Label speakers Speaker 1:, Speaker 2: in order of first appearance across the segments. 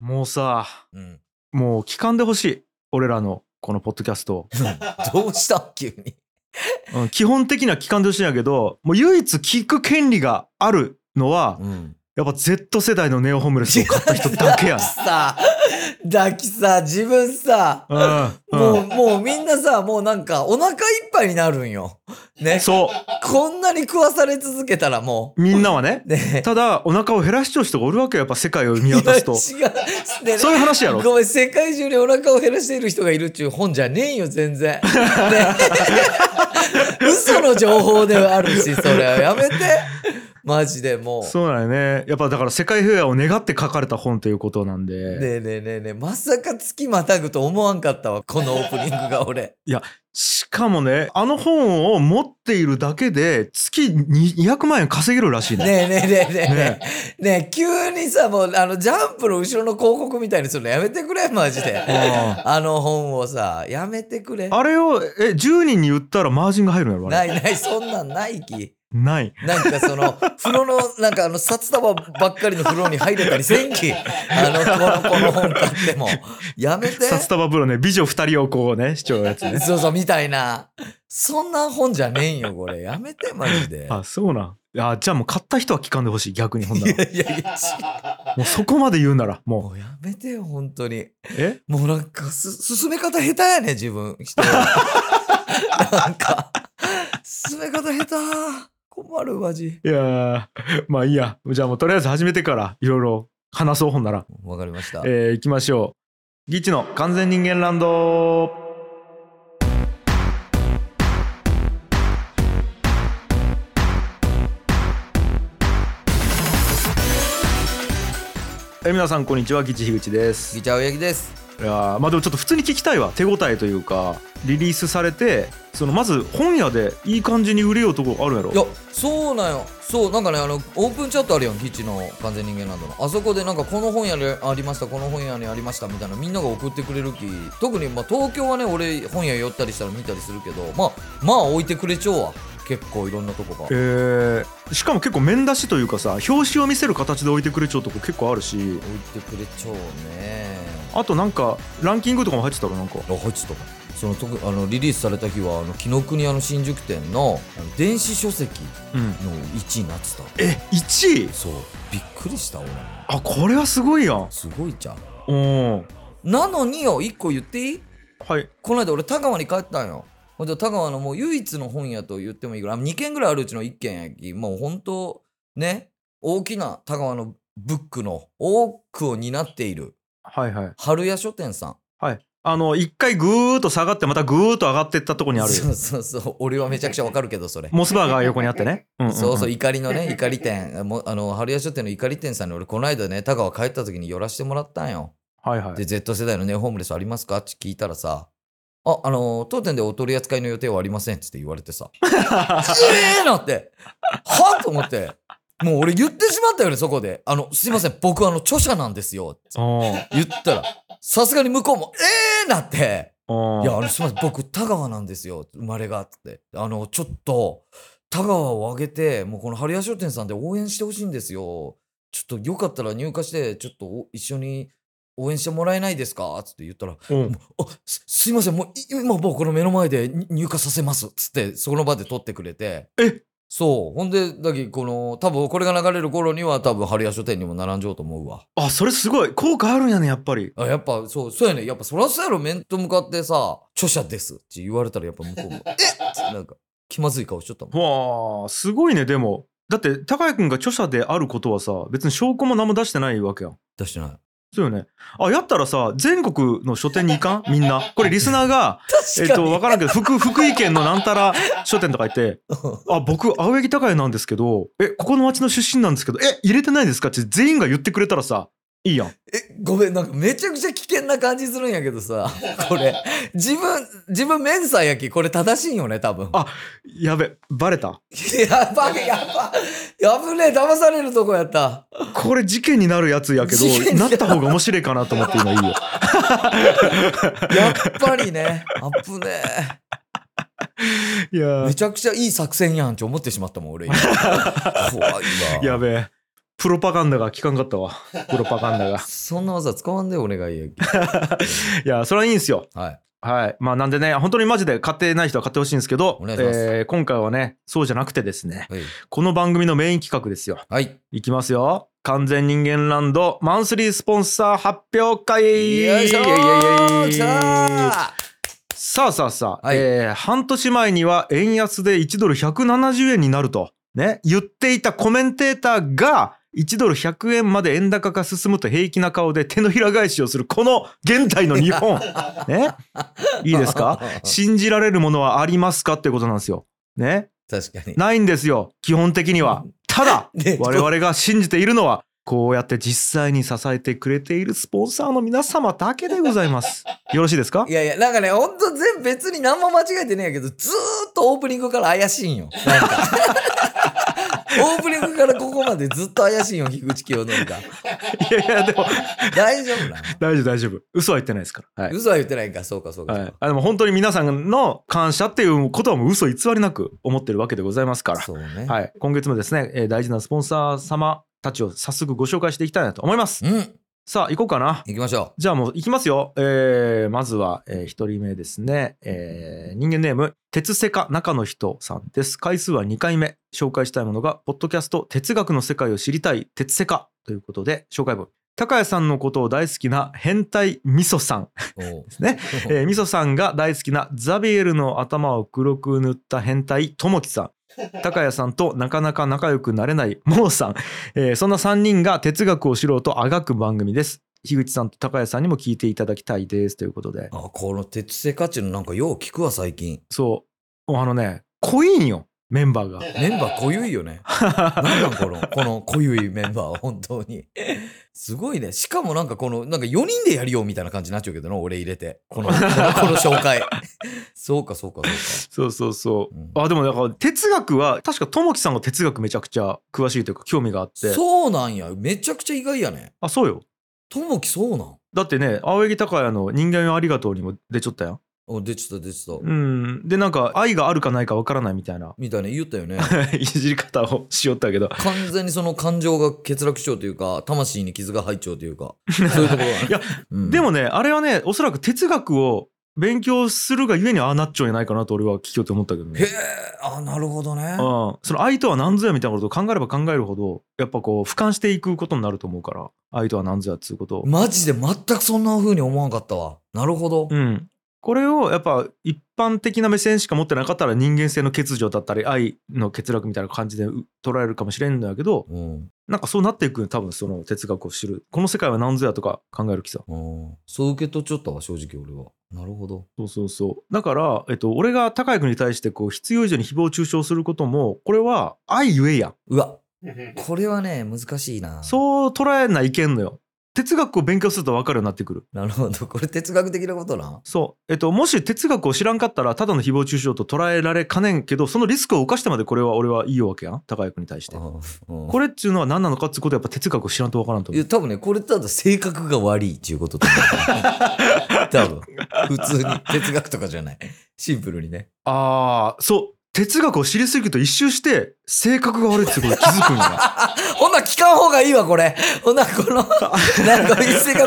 Speaker 1: もうさ、
Speaker 2: うん。
Speaker 1: もう聞かんでほしい。俺らのこのポッドキャストを。
Speaker 2: どうした急に。
Speaker 1: うん基本的には聞かんでほしいんやけど、もう唯一聞く権利があるのは、
Speaker 2: うん。
Speaker 1: やっぱ Z 世代のネオホームレスを買った人だけやねん。
Speaker 2: さ、だきさ、自分さ、
Speaker 1: うん
Speaker 2: も
Speaker 1: う
Speaker 2: う、
Speaker 1: ん
Speaker 2: もうみんなさ、もうなんかお腹いっぱいになるんよ。ね。
Speaker 1: そ
Speaker 2: こんなに食わされ続けたらも
Speaker 1: う。みんなはね
Speaker 2: う。。ね。
Speaker 1: ただ、お腹を減らしちゃう人がおるわけよ。やっぱ世界を見渡すと。
Speaker 2: いや違う。でね
Speaker 1: そういう話やろ。
Speaker 2: ごめん、世界中にお腹を減らしている人がいるっていう本じゃねえよ、全 然。ね、嘘の情報ではあるし、それはやめて。マジでもう。
Speaker 1: そうなんよね。やっぱだから世界平和を願って書かれた本ということなんで。
Speaker 2: ねえねえねえねえ、まさか月またぐと思わんかったわ、このオープニングが 俺。
Speaker 1: しかもね、あの本を持っているだけで、月に200万円稼げるらしいね。
Speaker 2: ねえねえねえねえね
Speaker 1: ね
Speaker 2: え、ねえ急にさ、もうあの、ジャンプの後ろの広告みたいにするのやめてくれ、マジで。
Speaker 1: あ
Speaker 2: あの本をさ、やめてくれ。
Speaker 1: あれを、え、10人に言ったらマージンが入るのやろあれ
Speaker 2: ないない、そんなんないき。
Speaker 1: ない。
Speaker 2: なんかその、風呂の、なんかあの、札束ばっかりの風呂に入れたりせんき。あの、この、この本買っても。やめて。
Speaker 1: 札束風呂ね、美女2人をこうね、視聴のや つね。
Speaker 2: そうそう、みたいな。そんな本じゃねえんよ、これ。やめて、マジで。
Speaker 1: あ、そうなん。あ、じゃあもう買った人は聞かんでほしい、逆にほん なら。
Speaker 2: いやいや、
Speaker 1: もうそこまで言うなら、も
Speaker 2: もうやめてよ、本当に。
Speaker 1: う。え
Speaker 2: もうなんかす、進め方下手やね、自分。人なんか、進め方下手。困る、マジ。
Speaker 1: いやー、まあいいや。じゃあもうとりあえず始めてから、いろいろ話そう、ほんなら。
Speaker 2: わかりました。
Speaker 1: えー、行きましょう。ギッチの完全人間ランド。えー皆さんこんにちはギッチ樋口です
Speaker 2: 次、
Speaker 1: い
Speaker 2: ちゃうやきです。
Speaker 1: やーまあでもちょっと普通に聞きたいわ手応えというかリリースされてそのまず本屋でいい感じに売れようとこあるやろ
Speaker 2: いやそうなんよそうなんかねあのオープンチャットあるやんキッチンの完全人間ランドのあそこでなんかこの本屋にありましたこの本屋にありましたみたいなみんなが送ってくれるき特にまあ東京はね俺本屋寄ったりしたら見たりするけどまあまあ置いてくれちゃうわ結構いろんなとこが置い
Speaker 1: えー、しかも結構面出しというかさ表紙を見せる形で置いてくれちゃうとこ結構あるして
Speaker 2: くれちゃうね
Speaker 1: あとなんかランキングとかも入ってたろなんか
Speaker 2: あ入ってたかその特あのリリースされた日はあの紀ノ国屋の新宿店のあの電子書籍
Speaker 1: うん
Speaker 2: の1位になってた
Speaker 1: え1位
Speaker 2: そうびっくりした俺
Speaker 1: あこれはすごいやん
Speaker 2: すごいじゃん
Speaker 1: うん
Speaker 2: なのによ1個言っていい
Speaker 1: はい
Speaker 2: この間俺田川に帰ったんよほんと田川のもう唯一の本屋と言ってもいいぐらい2軒ぐらいあるうちの1軒やきもうほんとね大きな田川のブックの多くを担っている
Speaker 1: はいはい
Speaker 2: 春屋書店さん
Speaker 1: はいあの一回ぐーっと下がってまたぐーっと上がってったとこにある
Speaker 2: そうそうそう俺はめちゃくちゃわかるけどそれ
Speaker 1: モスバーガー横にあって ね、うんんん
Speaker 2: そうそう怒りのね怒り店 もあの春屋書店の怒り店さんに俺この間ね田川帰った時に寄らしてもらったんよ
Speaker 1: はいはい
Speaker 2: で Z 世代のネオホームレスありますかって聞いたらさあ、あの当店でお取り扱いの予定はありませんっつって言われ てさええなって、はと思って、もう俺言ってしまったよね、そこで。あの、すいません、僕あの、著者なんですよ。
Speaker 1: う
Speaker 2: 言ったら、さすがに向こうも、ええなって、
Speaker 1: んうん
Speaker 2: いや、あの、すいません、僕、田川なんですよ、生まれが、つって。あの、ちょっと、田川を挙げて、もうこの春屋商店さんで応援してほしいんですよ。ちょっとよかったら入荷して、ちょっとお一緒に応援してもらえないですかつって言ったら、
Speaker 1: うん
Speaker 2: あすすいません、もうい今僕の目の前でに入荷させますっつって、その場で撮ってくれて。
Speaker 1: え
Speaker 2: そう。ほんで、だけこの、多分これが流れる頃には多分春屋書店にも並んじゃうと思うわ。
Speaker 1: あそれすごい効果あるんやねやっぱり
Speaker 2: あやっぱそう、そうやね。やっぱそらそうやろ、面と向かってさ、著者ですって言われたらやっぱ向こうも、 えっつってなんか気まずい顔しちゃったもん。
Speaker 1: わあすごいねでもだって高井君が著者であることはさ別に証拠も何も出してないわけやん
Speaker 2: 出してない。
Speaker 1: そうよねあやったらさ全国の書店に行かんみんなこれリスナーがえっと、わからんけど、福、福井県のなんたら書店とか行って、あ、僕、青柳高也なんですけど、え、ここの町の出身なんですけど、え、入れてないですかって全員が言ってくれたらさ、いいやん。
Speaker 2: え、ごめん、なんかめちゃくちゃ危険な感じするんやけどさ、 これ、自分、自分、メンサーやき、これ正しいんよね、多分。
Speaker 1: あやべ、バレた。
Speaker 2: やばい、やばい。やぶねえ、騙されるとこやった。
Speaker 1: これ事件になるやつやけど
Speaker 2: 事件、にな
Speaker 1: な
Speaker 2: る
Speaker 1: った方が面白いかなと思って今いいよ。
Speaker 2: やっぱりね、あっぶね
Speaker 1: い
Speaker 2: え。
Speaker 1: や
Speaker 2: め
Speaker 1: ー、
Speaker 2: ちゃくちゃいい作戦やんって思ってしまったもん、俺今。怖いわ。
Speaker 1: やべえ。プロパガンダが効かんかったわ。プロパガンダが。
Speaker 2: そんな技使わんでお願いや。
Speaker 1: いや、それはいいんですよ。
Speaker 2: はい。
Speaker 1: はい。まあ、なんでね、本当にマジで買ってない人は買ってほしいんですけど、
Speaker 2: お願いします
Speaker 1: ー今回はね、そうじゃなくてですね、
Speaker 2: はい。
Speaker 1: この番組のメイン企画ですよ。
Speaker 2: はい。
Speaker 1: いきますよ。完全人間ランドマンスリースポンサー発表会
Speaker 2: よいしょ
Speaker 1: イエイイエイイエイ
Speaker 2: 来た
Speaker 1: さあさあさあ、
Speaker 2: はい
Speaker 1: えー半年前には円安で1ドル170円になると、ね、言っていたコメンテーターが1ドル100円まで円高が進むと平気な顔で手のひら返しをするこの現代の日 本、ね、いいですか信じられるものはありますかってことなんですよ。ね、
Speaker 2: 確か に。
Speaker 1: ないんですよ基本的には。ただ
Speaker 2: ね
Speaker 1: 我々が信じているのはこうやって実際に支えてくれているスポンサーの皆様だけでございます。 よろしいですか
Speaker 2: いやいや、なんかね、ほんと全別に何も間違えてねえけど、ずーっとオープニングから怪しいんよ。なん かオープニングからここまでずっと怪しいんよ、菊池清のが。
Speaker 1: いやいやでも
Speaker 2: 大丈夫なの
Speaker 1: 大丈夫大丈夫嘘は言ってないですから。はい
Speaker 2: 嘘は言ってないんか、そうかそうか。
Speaker 1: はい、あでも本当に皆さんの感謝っていうことはもう嘘偽りなく思ってるわけでございますから、
Speaker 2: そうね。
Speaker 1: はい、今月もですね、えー大事なスポンサー様たちを早速ご紹介していきたいなと思います。
Speaker 2: うん、
Speaker 1: さあ行こうかな。
Speaker 2: 行きましょ
Speaker 1: じゃあもう行きますよ。えーまずは、え1人目ですね。えー人間ネーム、鉄セカ中の人さんです。回数は2回目。紹介したいものが、ポッドキャスト、哲学の世界を知りたい、鉄セカということで、紹介文。高谷さんのことを大好きな変態みそさん。
Speaker 2: う。おう
Speaker 1: ねえー、みそさんが大好きなザビエルの頭を黒く塗った変態ともき さん高谷さんとなかなか仲良くなれないモーさん、えーそんな3人が哲学を知ろうとあがく番組です樋口さんと高谷さんにも聞いていただきたいですということで
Speaker 2: あこの鉄製価値のなんかよう聞くわ最近
Speaker 1: そうもうあのね濃いんよメンバーが
Speaker 2: メンバー濃ゆいよねなんなんこのこの濃ゆいメンバーは本当にすごいねしかもなんかこのなんか4人でやるよみたいな感じになっちゃうけどな俺入れてこのこのこの紹介そうかそうかそ
Speaker 1: そうそうそう
Speaker 2: うか、うん
Speaker 1: あでもだから哲学は確かともきさんが哲学めちゃくちゃ詳しいというか興味があって
Speaker 2: そうなんやめちゃくちゃ意外やね
Speaker 1: あそうよ
Speaker 2: ともきそうなん
Speaker 1: だってね青柳高也の「人間よありがとう」にも出ちゃったやん
Speaker 2: お出てた出てた、
Speaker 1: うん、でなんか愛があるかないかわからないみたいな
Speaker 2: みたいな言ったよね
Speaker 1: いじり方をしよったけど
Speaker 2: 完全にその感情が欠落しちゃうというか魂に傷が入っちゃうというかそういうところがね
Speaker 1: いや、
Speaker 2: うん
Speaker 1: でもねあれはねおそらく哲学を勉強するがゆえにああなっちゃうんやないかなと俺は聞きようと思ったけど
Speaker 2: へ
Speaker 1: ね。
Speaker 2: え、あ、なるほどね
Speaker 1: うん、。その愛とは何ぞやみたいなことを考えれば考えるほどやっぱこう俯瞰していくことになると思うから愛とは何ぞやっつうことを、
Speaker 2: マジで全くそんな風に思わんかったわ。なるほど。
Speaker 1: うん、これをやっぱ一般的な目線しか持ってなかったら人間性の欠如だったり愛の欠落みたいな感じでう捉えるかもしれんのやけど、
Speaker 2: うん。
Speaker 1: なんかそうなっていくよ多分その哲学を知るこの世界は何ぞやとか考える気さ
Speaker 2: うん、そう受け取っちゃったわ、正直俺は。なるほど。
Speaker 1: そうそうそうだから、えっと、俺が高井君に対してこう必要以上に誹謗中傷することもこれは愛ゆえやん
Speaker 2: うわ、これはね、難しいな。
Speaker 1: そう捉えないけんのよ哲学を勉強すると分かるようになってくる
Speaker 2: なるほど。これ哲学的なことな。
Speaker 1: そうえっともし哲学を知らんかったらただの誹謗中傷と捉えられかねんけどそのリスクを冒してまでこれは俺はいいわけやん高井君に対して
Speaker 2: うん
Speaker 1: これっちゅうのは何なのかっつうことはやっぱ哲学を知らんと分からんと
Speaker 2: い
Speaker 1: 思う
Speaker 2: や多分ね、これただ性格が悪いっていうことだ と思う多分、普通に哲学とかじゃない。シンプルにね。
Speaker 1: ああそう哲学を知りすぎると一周して性格が悪いってことに気づくんやな
Speaker 2: ほんなら聞かん方がいいわ、これ。ほんならこの、なんか、一斉か、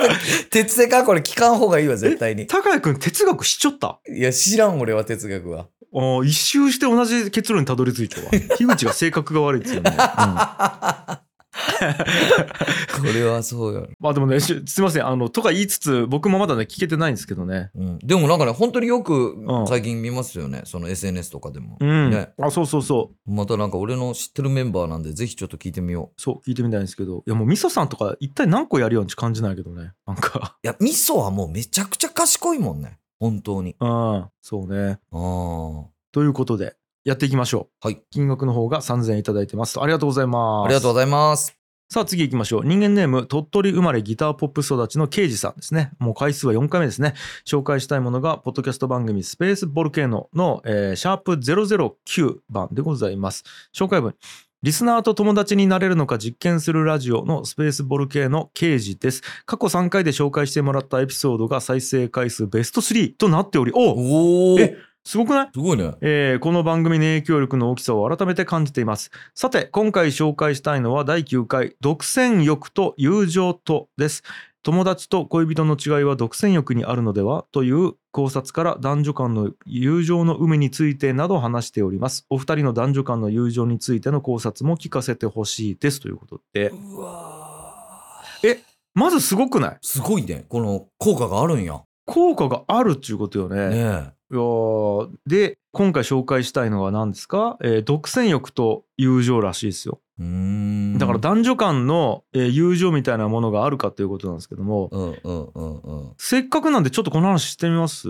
Speaker 2: 鉄製か、これ聞かん方がいいわ、絶対に。
Speaker 1: 高谷君哲学しちょった
Speaker 2: いや、知らん、俺は哲学は。
Speaker 1: あー一周して同じ結論にたどり着い たわ樋口が性格が悪いですよね、うんま
Speaker 2: これはそうよ、
Speaker 1: あでもねしすいませんあのとか言いつつ僕もまだね聞けてないんですけどね
Speaker 2: うん。でもなんかね、本当によく
Speaker 1: ん
Speaker 2: 最近見ますよね。その SNS とかでも。
Speaker 1: うん、
Speaker 2: ね
Speaker 1: あそうそうそう
Speaker 2: またなんか俺の知ってるメンバーなんで、ぜひちょっと聞いてみよう。
Speaker 1: そう聞いてみたいんですけどいやもうみそさんとか一体何個やるように感じないけどねなんか
Speaker 2: いや、味噌はもうめちゃくちゃ賢いもんね。本当に。
Speaker 1: うんそうね
Speaker 2: ああ。
Speaker 1: ということでやっていきましょう
Speaker 2: はい
Speaker 1: 金額の方が3000円いただいてますありがとうございます
Speaker 2: ありがとうございます。
Speaker 1: さあ次行きましょう。人間ネーム、鳥取生まれギターポップ育ちのケイジさんですね。もう回数は4回目ですね。紹介したいものが、ポッドキャスト番組スペースボルケーノの、えーシャープ009番でございます。紹介文。リスナーと友達になれるのか実験するラジオのスペースボルケーノケイジです。過去3回で紹介してもらったエピソードが再生回数ベスト3となっており、おう
Speaker 2: おお。
Speaker 1: えすごくない
Speaker 2: すごいね。
Speaker 1: えーこの番組の影響力の大きさを改めて感じていますさて今回紹介したいのは第9回「独占欲と友情と」です友達と恋人の違いは独占欲にあるのではという考察から男女間の友情の有無についてなど話しておりますお二人の男女間の友情についての考察も聞かせてほしいですということで
Speaker 2: うわー
Speaker 1: まずすごくない
Speaker 2: すごいね。この効果があるんや。
Speaker 1: 効果があるっていうことよね
Speaker 2: ね
Speaker 1: いやーで今回紹介したいのは何ですか、えー独占欲と友情らしいですよ
Speaker 2: え。うーん。
Speaker 1: だから男女間の、えー友情みたいなものがあるかということなんですけども、
Speaker 2: うんうんうんうん。
Speaker 1: せっかくなんでちょっとこの話してみます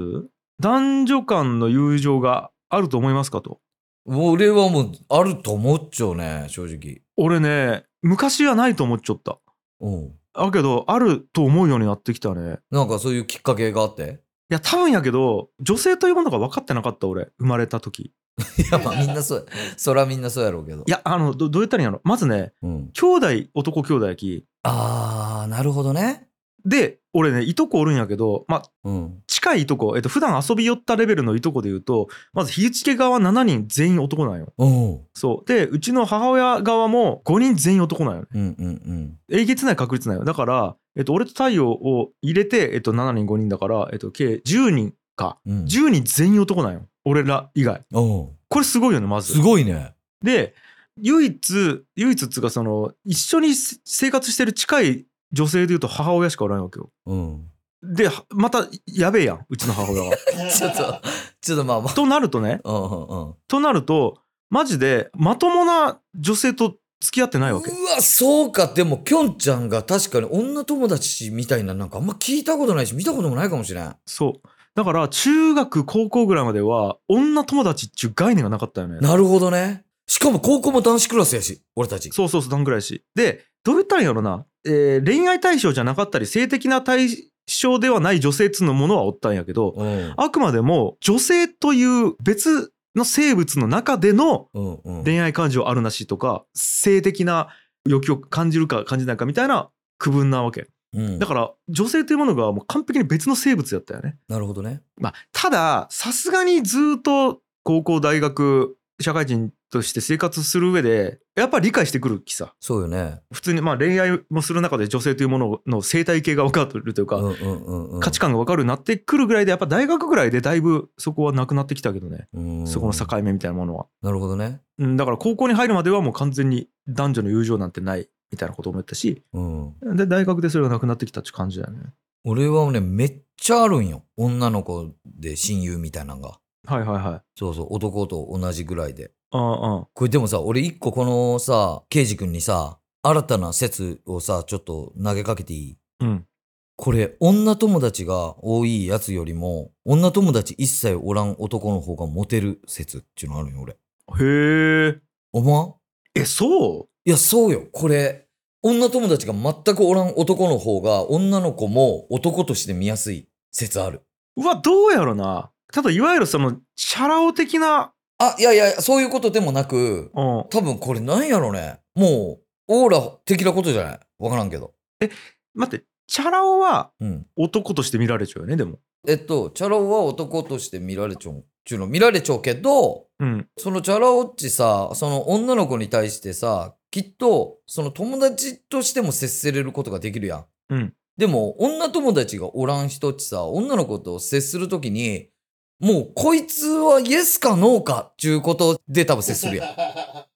Speaker 1: 男女間の友情があると思いますかと
Speaker 2: 俺はもうあると思っちゃうね、正直。
Speaker 1: 俺ね昔はないと思っちゃった
Speaker 2: うん。
Speaker 1: だけどあると思うようになってきたね
Speaker 2: なんかそういうきっかけがあって。
Speaker 1: いや多分やけど女性というものが分かってなかった俺生まれた時
Speaker 2: いや、 まあみんなそうや。そらみんなそうやろうけど。
Speaker 1: いやあのどどう言ったらいいんやろまずね
Speaker 2: うん。
Speaker 1: 兄弟男兄弟やき
Speaker 2: あー、なるほどね。
Speaker 1: で俺ねいとこおるんやけどまあ
Speaker 2: うん。
Speaker 1: 近いいとこ、えっと普段遊び寄ったレベルのいとこで言うとまず火付け側7人全員男なんよ
Speaker 2: うん。
Speaker 1: そうでうちの母親側も5人全員男なんよね
Speaker 2: うんうんうん。
Speaker 1: えげつない確率なんよだから、えっと、俺と太陽を入れて、えっと、7人5人だから、えっと、計10人か
Speaker 2: うん。
Speaker 1: 10人全員男なんよ俺ら以外
Speaker 2: うん。
Speaker 1: これすごいよねまず
Speaker 2: すごいね。
Speaker 1: で唯一唯一っつうかその一緒にせ生活してる近い女性で言うと母親しかおらんわけよ
Speaker 2: うん。
Speaker 1: ではまたやべえやんうちの母 親が
Speaker 2: ちょっと、ちょっとまあまあ。
Speaker 1: となるとね
Speaker 2: うんうんうん。
Speaker 1: となるとマジでまともな女性と付き合ってないわけ
Speaker 2: うわ、そうか。でも、きょんちゃんが確かに女友達みたいな、なんかあんま聞いたことないし、見たこともないかもしれん。
Speaker 1: そうだから中学高校ぐらいまでは女友達っちゅう概念がなかったよね
Speaker 2: なるほどね。しかも高校も男子クラスやし、俺たち。
Speaker 1: そうそうそうどんぐらいやしでどう言ったらいいんやろな、えー恋愛対象じゃなかったり性的な対象ではない女性っつうのものはおったんやけど
Speaker 2: うん。
Speaker 1: あくまでも女性という別の生物の中での
Speaker 2: うんうん。
Speaker 1: 恋愛感情あるなしとか性的な欲求を感じるか感じないかみたいな区分なわけ
Speaker 2: うん
Speaker 1: だから女性というものがもう完璧に別の生物やったよね。
Speaker 2: なるほどね。
Speaker 1: まあ、たださすがにずっと高校大学社会人として生活する上でやっぱり理解してくるきさ
Speaker 2: そうよね。
Speaker 1: 普通にまあ恋愛もする中で女性というものの生態系が分かってるという
Speaker 2: う
Speaker 1: か、
Speaker 2: んうんうんうん。
Speaker 1: 価値観が分かるようになってくるぐらいでやっぱ大学ぐらいでだいぶそこはなくなってきたけどね、
Speaker 2: うん
Speaker 1: そこの境目みたいなものは。
Speaker 2: なるほどね。
Speaker 1: うんだから高校に入るまではもう完全に男女の友情なんてないみたいなこと思ったし
Speaker 2: うん。
Speaker 1: で大学でそれがなくなってきたって感じだよね。
Speaker 2: 俺はね、めっちゃあるんよ。女の子で親友みたいなのが。
Speaker 1: はいはいはい。
Speaker 2: そうそう、男と同じぐらいで。
Speaker 1: うんうん。
Speaker 2: これでもさ、俺一個このさ、ケイジ君にさ、新たな説をさ、ちょっと投げかけていい
Speaker 1: うん。
Speaker 2: これ、女友達が多いやつよりも、女友達一切おらん男の方がモテる説っていうのあるんよ、俺。
Speaker 1: へえ。
Speaker 2: 思わん
Speaker 1: え、そう
Speaker 2: いや、そうよ。これ、女友達が全くおらん男の方が、女の子も男として見やすい説ある。
Speaker 1: うわ、どうやろな。ただ、いわゆるその、チャラ男的な、
Speaker 2: あ、いやいや、そういうことでもなく、
Speaker 1: うん。
Speaker 2: 多分これなんやろね。もう、オーラ的なことじゃないわからんけど。
Speaker 1: 待って、チャラ男は
Speaker 2: うん。
Speaker 1: 男として見られちゃうよね、でも。
Speaker 2: えっと、チャラ男は男として見られちゃう、ちゅうの見られちゃうけど、
Speaker 1: うん。
Speaker 2: そのチャラ男っちさ、その女の子に対してさ、きっと、その友達としても接せれることができるやん。
Speaker 1: うん
Speaker 2: でも、女友達がおらん人っちさ、女の子と接するときに、もう、こいつはイエスかノーかっていうことで多分接するやん。
Speaker 1: は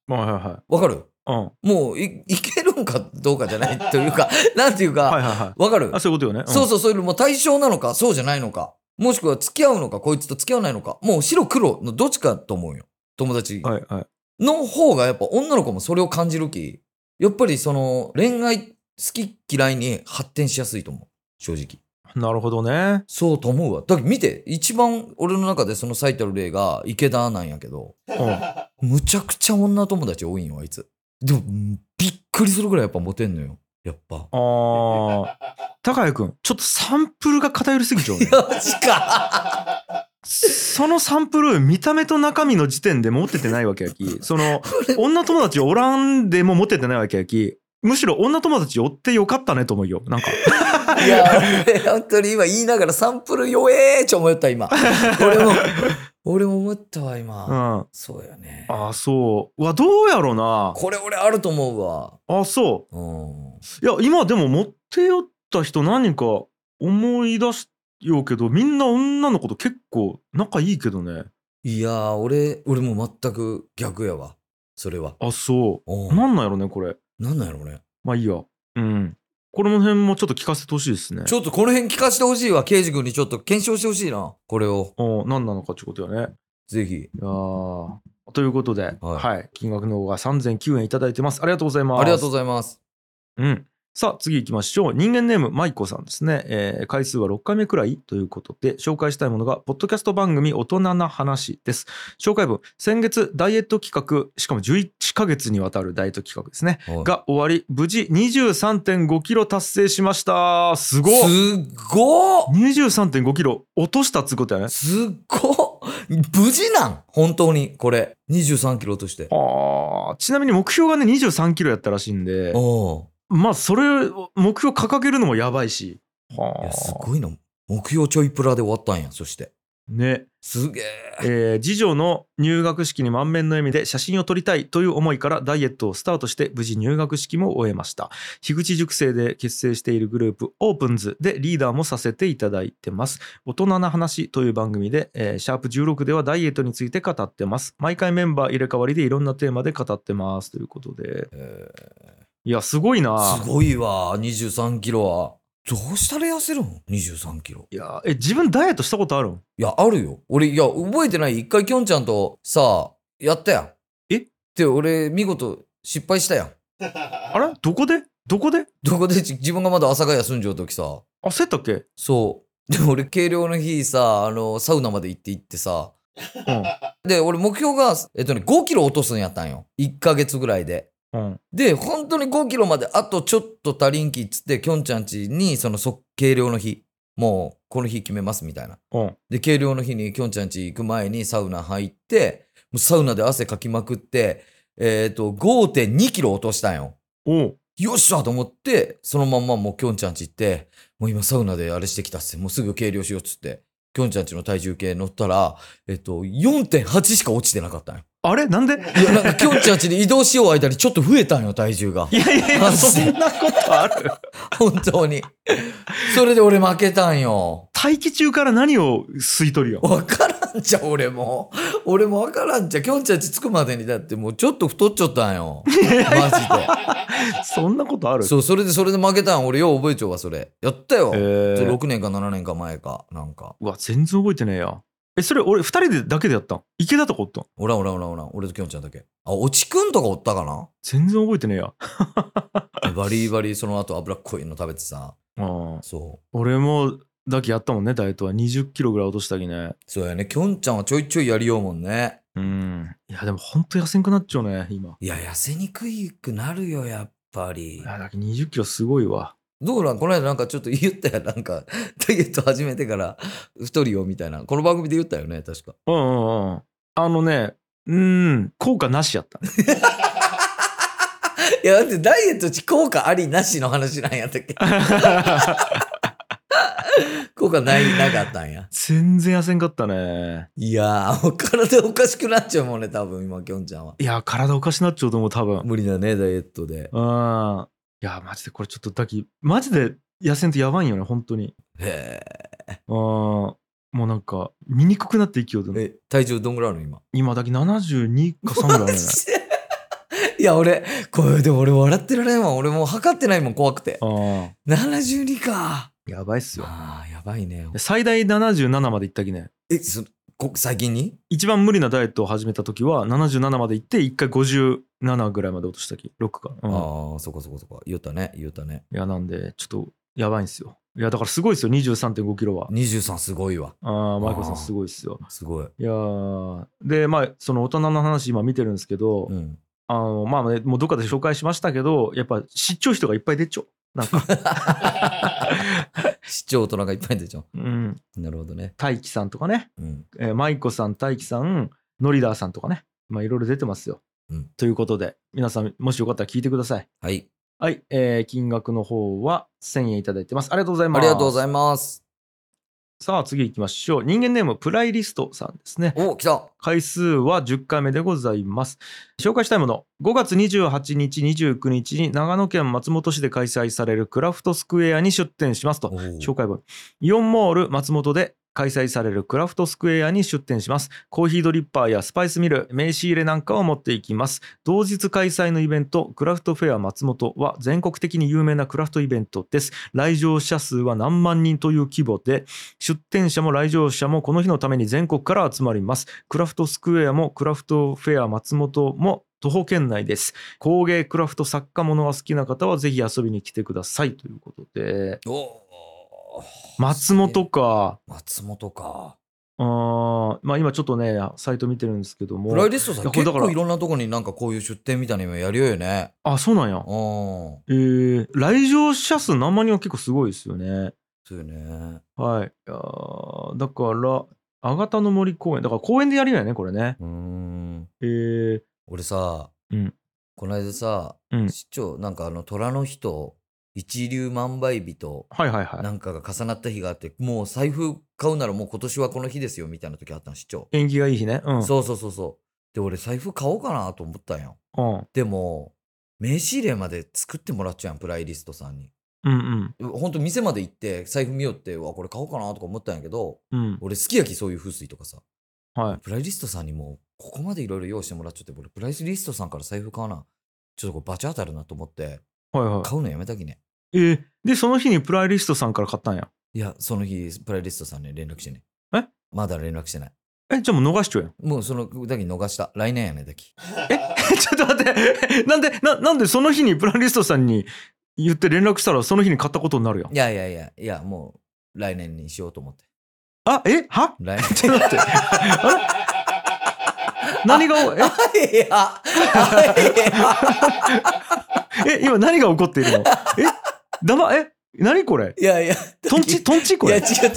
Speaker 1: いはいは
Speaker 2: わかる
Speaker 1: い。うん。
Speaker 2: もうい、いけるんかどうかじゃないというか、なんていう
Speaker 1: はい
Speaker 2: か、
Speaker 1: はいはい。
Speaker 2: わかる
Speaker 1: あ、そういうことよね。
Speaker 2: そう
Speaker 1: う
Speaker 2: そう、そういうのも対象なのか、そうじゃないのか、もしくは付き合うのか、こいつと付き合わないのか、もう白黒のどっちかと思うよ。友達
Speaker 1: ん。はいはい。
Speaker 2: の方がやっぱ女の子もそれを感じるき、やっぱりその恋愛好き嫌いに発展しやすいと思う。正直。
Speaker 1: なるほどね。
Speaker 2: そうと思うわ。だけど見て、一番俺の中でその最たる例が池田なんやけど、
Speaker 1: うん。
Speaker 2: むちゃくちゃ女友達多いんよ、あいつ。でも、びっくりするぐらいやっぱモテんのよ。やっ ぱ。
Speaker 1: あー。高谷くん、ちょっとサンプルが偏りすぎちゃうね。
Speaker 2: マジか
Speaker 1: そのサンプル、見た目と中身の時点で持っててないわけやき。その、女友達おらんでも持っててないわけやき。むしろ女友達寄ってよかったねと思うよ。なんか。
Speaker 2: いや、俺本当に今言いながらサンプル弱えーちょ思った今。俺も、俺も思ったわ今。
Speaker 1: うん。
Speaker 2: そうやね。
Speaker 1: ああ、そう。うわ、どうやろうな。
Speaker 2: これ俺あると思うわ。
Speaker 1: あそ
Speaker 2: うん。
Speaker 1: う。いや、今でも持って寄った人何人か思い出しようけど、みんな女の子と結構仲いいけどね。
Speaker 2: いやー、俺、俺も全く逆やわ。それは。
Speaker 1: あ、そうう。
Speaker 2: ん。
Speaker 1: なんなんやろね、これ。
Speaker 2: なんなんやろうね。
Speaker 1: まあいいや。うん。これの辺もちょっと聞かせてほしいですね。
Speaker 2: ちょっとこの辺聞かせてほしいわ。刑事君にちょっと検証してほしいな。これを。
Speaker 1: お何なのかってことよね。
Speaker 2: ぜひ。
Speaker 1: いやーということで、
Speaker 2: は
Speaker 1: はいい、金額の方が3009円いただいてます。ありがとうございます。
Speaker 2: ありがとうございます。
Speaker 1: うん。さあ、次行きましょう。人間ネーム、マイコさんですね。えー回数は6回目くらいということで、紹介したいものが、ポッドキャスト番組、大人な話です。紹介文、先月、ダイエット企画、しかも11ヶ月にわたるダイエット企画ですね。
Speaker 2: はい
Speaker 1: が終わり、無事23.5キロ達成しました。すごっ
Speaker 2: すっごっ
Speaker 1: !23.5 キロ落としたっつうことやね。
Speaker 2: すっごっ無事なん本当に、これ。23キロとして。
Speaker 1: あーちなみに目標がね、23キロやったらしいんで、
Speaker 2: お
Speaker 1: まあ、それ、目標掲げるのもやばいし。
Speaker 2: い
Speaker 1: は
Speaker 2: や、す
Speaker 1: あ。
Speaker 2: ごいな。目標ちょいプラで終わったんや、そして。
Speaker 1: ね。
Speaker 2: すげえ。
Speaker 1: えー次女の入学式に満面の笑みで写真を撮りたいという思いからダイエットをスタートして無事入学式も終えました樋口塾生で結成しているグループオープンズでリーダーもさせていただいてます大人な話という番組で、えーシャープ16ではダイエットについて語ってます毎回メンバー入れ替わりでいろんなテーマで語ってますということで
Speaker 2: え
Speaker 1: いやすごいな
Speaker 2: ーすごいわ、23キロは。どうしたら痩せるん ?23 キロ。
Speaker 1: いやえ自分ダイエットしたことあるん
Speaker 2: いや、あるよ。俺、いや、覚えてない。一回、きょんちゃんとさ、やったやん。
Speaker 1: え
Speaker 2: って、俺、見事、失敗したやん。
Speaker 1: あれどこでどこで
Speaker 2: どこでじ自分がまだ朝が休んじゃう時さ。
Speaker 1: 焦ったっけ
Speaker 2: そう。で、俺、計量の日さ、あの、サウナまで行って行ってさ。で、俺、目標が、えっとね、5キロ落とすんやったんよ。1ヶ月ぐらいで。
Speaker 1: うんうん
Speaker 2: で、本当に5キロまであとちょっと足りんきっつって、きょんちゃんちに、その即計量の日、もうこの日決めますみたいな。
Speaker 1: うん
Speaker 2: で、計量の日にきょんちゃんち行く前にサウナ入って、もうサウナで汗かきまくって、えっ、と、5.2キロ落としたんよ。
Speaker 1: おう
Speaker 2: よっしゃと思って、そのまんまもうきょんちゃんち行って、もう今サウナであれしてきたっすもうすぐ計量しようっつって、きょんちゃんちの体重計乗ったら、えっ、と、4.8しか落ちてなかったんよ。
Speaker 1: あれなんで
Speaker 2: いや、なんかきょんちゃんちに移動しよう間にちょっと増えたんよ、体重が
Speaker 1: い。やいやいや、そんなことあ る
Speaker 2: 本当に。それで俺負けたんよ。
Speaker 1: 待機中から何を吸い取るよ。
Speaker 2: わからんじゃん、俺も。俺もわからんじゃん。きょんちゃんち着くまでにだってもうちょっと太っちゃったんよ。マ
Speaker 1: そんなことあ
Speaker 2: ジ
Speaker 1: る
Speaker 2: で。そう、それでそれで負けたん。俺よう覚えちゃうわ、それ。やったよ。
Speaker 1: えー、
Speaker 2: 6年か7年か前か。なんか。
Speaker 1: うわ、全然覚えてねえや。え、それ俺二人でだけでやったん池田とかおったん
Speaker 2: おらんおらんおらんおらん。俺ときょんちゃんだけ。あ、おちくんとかおったかな
Speaker 1: 全然覚えてねえや。
Speaker 2: バリバリその後脂っこいの食べてさ。
Speaker 1: うん
Speaker 2: そう。
Speaker 1: 俺もだけやったもんね、ダイエットは。20キロぐらい落としたきね。
Speaker 2: そうやね。きょんちゃんはちょいちょいやりようもんね。
Speaker 1: うん。いや、でもほんと痩せんくなっちゃうね、今。
Speaker 2: いや、痩せにくいくなるよ、やっぱり。
Speaker 1: いや、だけど20キロすごいわ。
Speaker 2: どうなんこの間なんかちょっと 言ったよ。なんか、ダイエット始めてから太るよみたいな。この番組で言ったよね、確か。
Speaker 1: うんうんうん。あのね、うん、効果なしやった。
Speaker 2: いや、だってダイエットち効果ありなしの話なんやったっけ 効果ない、なかったんや。
Speaker 1: 全然痩せんかったね。
Speaker 2: いやー、体おかしくなっちゃうもんね、多分今、きょんちゃんは。
Speaker 1: いや、体おかしなっちゃうと思う、多分。
Speaker 2: 無理だね、ダイエットで。
Speaker 1: うん。いや、マジでこれちょっとだき、マジで痩せんとやばいんよね、本当に。
Speaker 2: へ
Speaker 1: うん。もうなんか、醜くなっていきよう
Speaker 2: ー
Speaker 1: で、
Speaker 2: え、体重どんぐらいあるの今。
Speaker 1: 今だけ72か3ぐらいあるね。
Speaker 2: いや、俺、これでも俺笑ってられんわ。俺もう測ってないもん、怖くて。
Speaker 1: あ
Speaker 2: 72か。
Speaker 1: あ。やばいっすよ。
Speaker 2: ああ、やばいね。
Speaker 1: 最大77まで行ったきね。
Speaker 2: え、そこ最近に
Speaker 1: 一番無理なダイエットを始めた時は77まで行って1回57ぐらいまで落としたき6か、うん、
Speaker 2: ああ、そこそこそこ。言ったね、言ったね。
Speaker 1: いやなんでちょっとやばいんすよいやだからすごいっすよ23.5キロは
Speaker 2: 23すごいわ。
Speaker 1: ああマイコさ
Speaker 2: あ
Speaker 1: ん
Speaker 2: ー
Speaker 1: すごいっすよ
Speaker 2: すごい。
Speaker 1: いやーでまあその大人の話今見てるんですけど、
Speaker 2: うん。
Speaker 1: あのまあね、もうどっかで紹介しましたけどやっぱ知っちゃう人がいっぱい出ちゃうなん か、
Speaker 2: 市長大人がいっぱい出ちゃ
Speaker 1: うん、
Speaker 2: う。なるほどね。
Speaker 1: 大輝さんとかね、
Speaker 2: うん。
Speaker 1: えー、舞子さん大輝さんノリダーさんとかねまあいろいろ出てますよ、
Speaker 2: うん
Speaker 1: ということで皆さんもしよかったら聞いてください
Speaker 2: はい。
Speaker 1: はい、えー金額の方は1000円いただいてます。ありがとうござい
Speaker 2: あ
Speaker 1: ます。
Speaker 2: りがとうござ
Speaker 1: い
Speaker 2: い
Speaker 1: ま
Speaker 2: ます。
Speaker 1: す。さあ、次行きましょう。人間ネーム、プライリストさんですね。
Speaker 2: お、来た。
Speaker 1: 回数は10回目でございます。紹介したいもの。5月28日、29日に長野県松本市で開催されるクラフトスクエアに出店しますと。紹介文イオンモール松本で開催されるクラフトスクエアに出店しますコーヒードリッパーやスパイスミル名刺入れなんかを持っていきます同日開催のイベントクラフトフェア松本は全国的に有名なクラフトイベントです来場者数は何万人という規模で出店者も来場者もこの日のために全国から集まりますクラフトスクエアもクラフトフェア松本も徒歩圏内です工芸クラフト作家ものが好きな方はぜひ遊びに来てくださいということで
Speaker 2: おお。
Speaker 1: 松本か。
Speaker 2: 松本か。
Speaker 1: あーまあ今ちょっとね、サイト見てるんですけど
Speaker 2: プライ
Speaker 1: も。
Speaker 2: リストさ
Speaker 1: い
Speaker 2: ん
Speaker 1: やこれ
Speaker 2: 結
Speaker 1: だから
Speaker 2: 構いろんなとこになんかこういう出店みたいなのやるよね。
Speaker 1: あ、そうなんや
Speaker 2: うん。。そ
Speaker 1: えー、来場者数何万人は結構すごいですよね。
Speaker 2: うよね。
Speaker 1: はい。いやーだから、あがたの森公園。だから公園でやるんやね、これね。
Speaker 2: うーん。
Speaker 1: えー、
Speaker 2: 俺さ、
Speaker 1: うん
Speaker 2: この間さ、
Speaker 1: うん
Speaker 2: 市長なんかあの虎の日と一粒万倍日と
Speaker 1: はいはいは。
Speaker 2: ないんかが重なった日があってもう財布買うならもう今年はこの日ですよみたいな時あったの市長、
Speaker 1: 縁起がいい日ね。うん。
Speaker 2: そうそうそうそうで俺財布買おうかなと思ったんよ
Speaker 1: うん。
Speaker 2: でも名刺入れまで作ってもらっちゃうやんプライリストさんに
Speaker 1: うん
Speaker 2: ほんと店まで行って財布見よってうわこれ買おうかなとか思ったんやけど
Speaker 1: うん。うん。
Speaker 2: 俺好きやきそういう風水とかさ
Speaker 1: はい。
Speaker 2: プライリストさんにもうここまでいろいろ用意してもらっちゃって俺プライリストさんから財布買わなちょっとこれバチ当たるなと思って
Speaker 1: はいは
Speaker 2: 買うのやめたきね
Speaker 1: い。えー、で、その日にプライリストさんから買ったんや。
Speaker 2: いやその日プライリストさんに連絡してね
Speaker 1: え
Speaker 2: まだ連絡してない
Speaker 1: え、じゃあもう逃しちゃうやん。
Speaker 2: もうそのだけ逃した来年やねだき
Speaker 1: え、 ちょっと待って。 なんで、な、なんでその日にプライリストさんに言って連絡したらその日に買ったことになるやん
Speaker 2: い。やいやいやいやもう来年にしようと思って
Speaker 1: あ、え、は
Speaker 2: 来
Speaker 1: ちょっと待って。あれ何が、
Speaker 2: 年いやいや
Speaker 1: え、え、今何が起こっているのえ、だま、え、何これ
Speaker 2: いやいや
Speaker 1: トンチ、トンチこ
Speaker 2: いや違
Speaker 1: れ
Speaker 2: う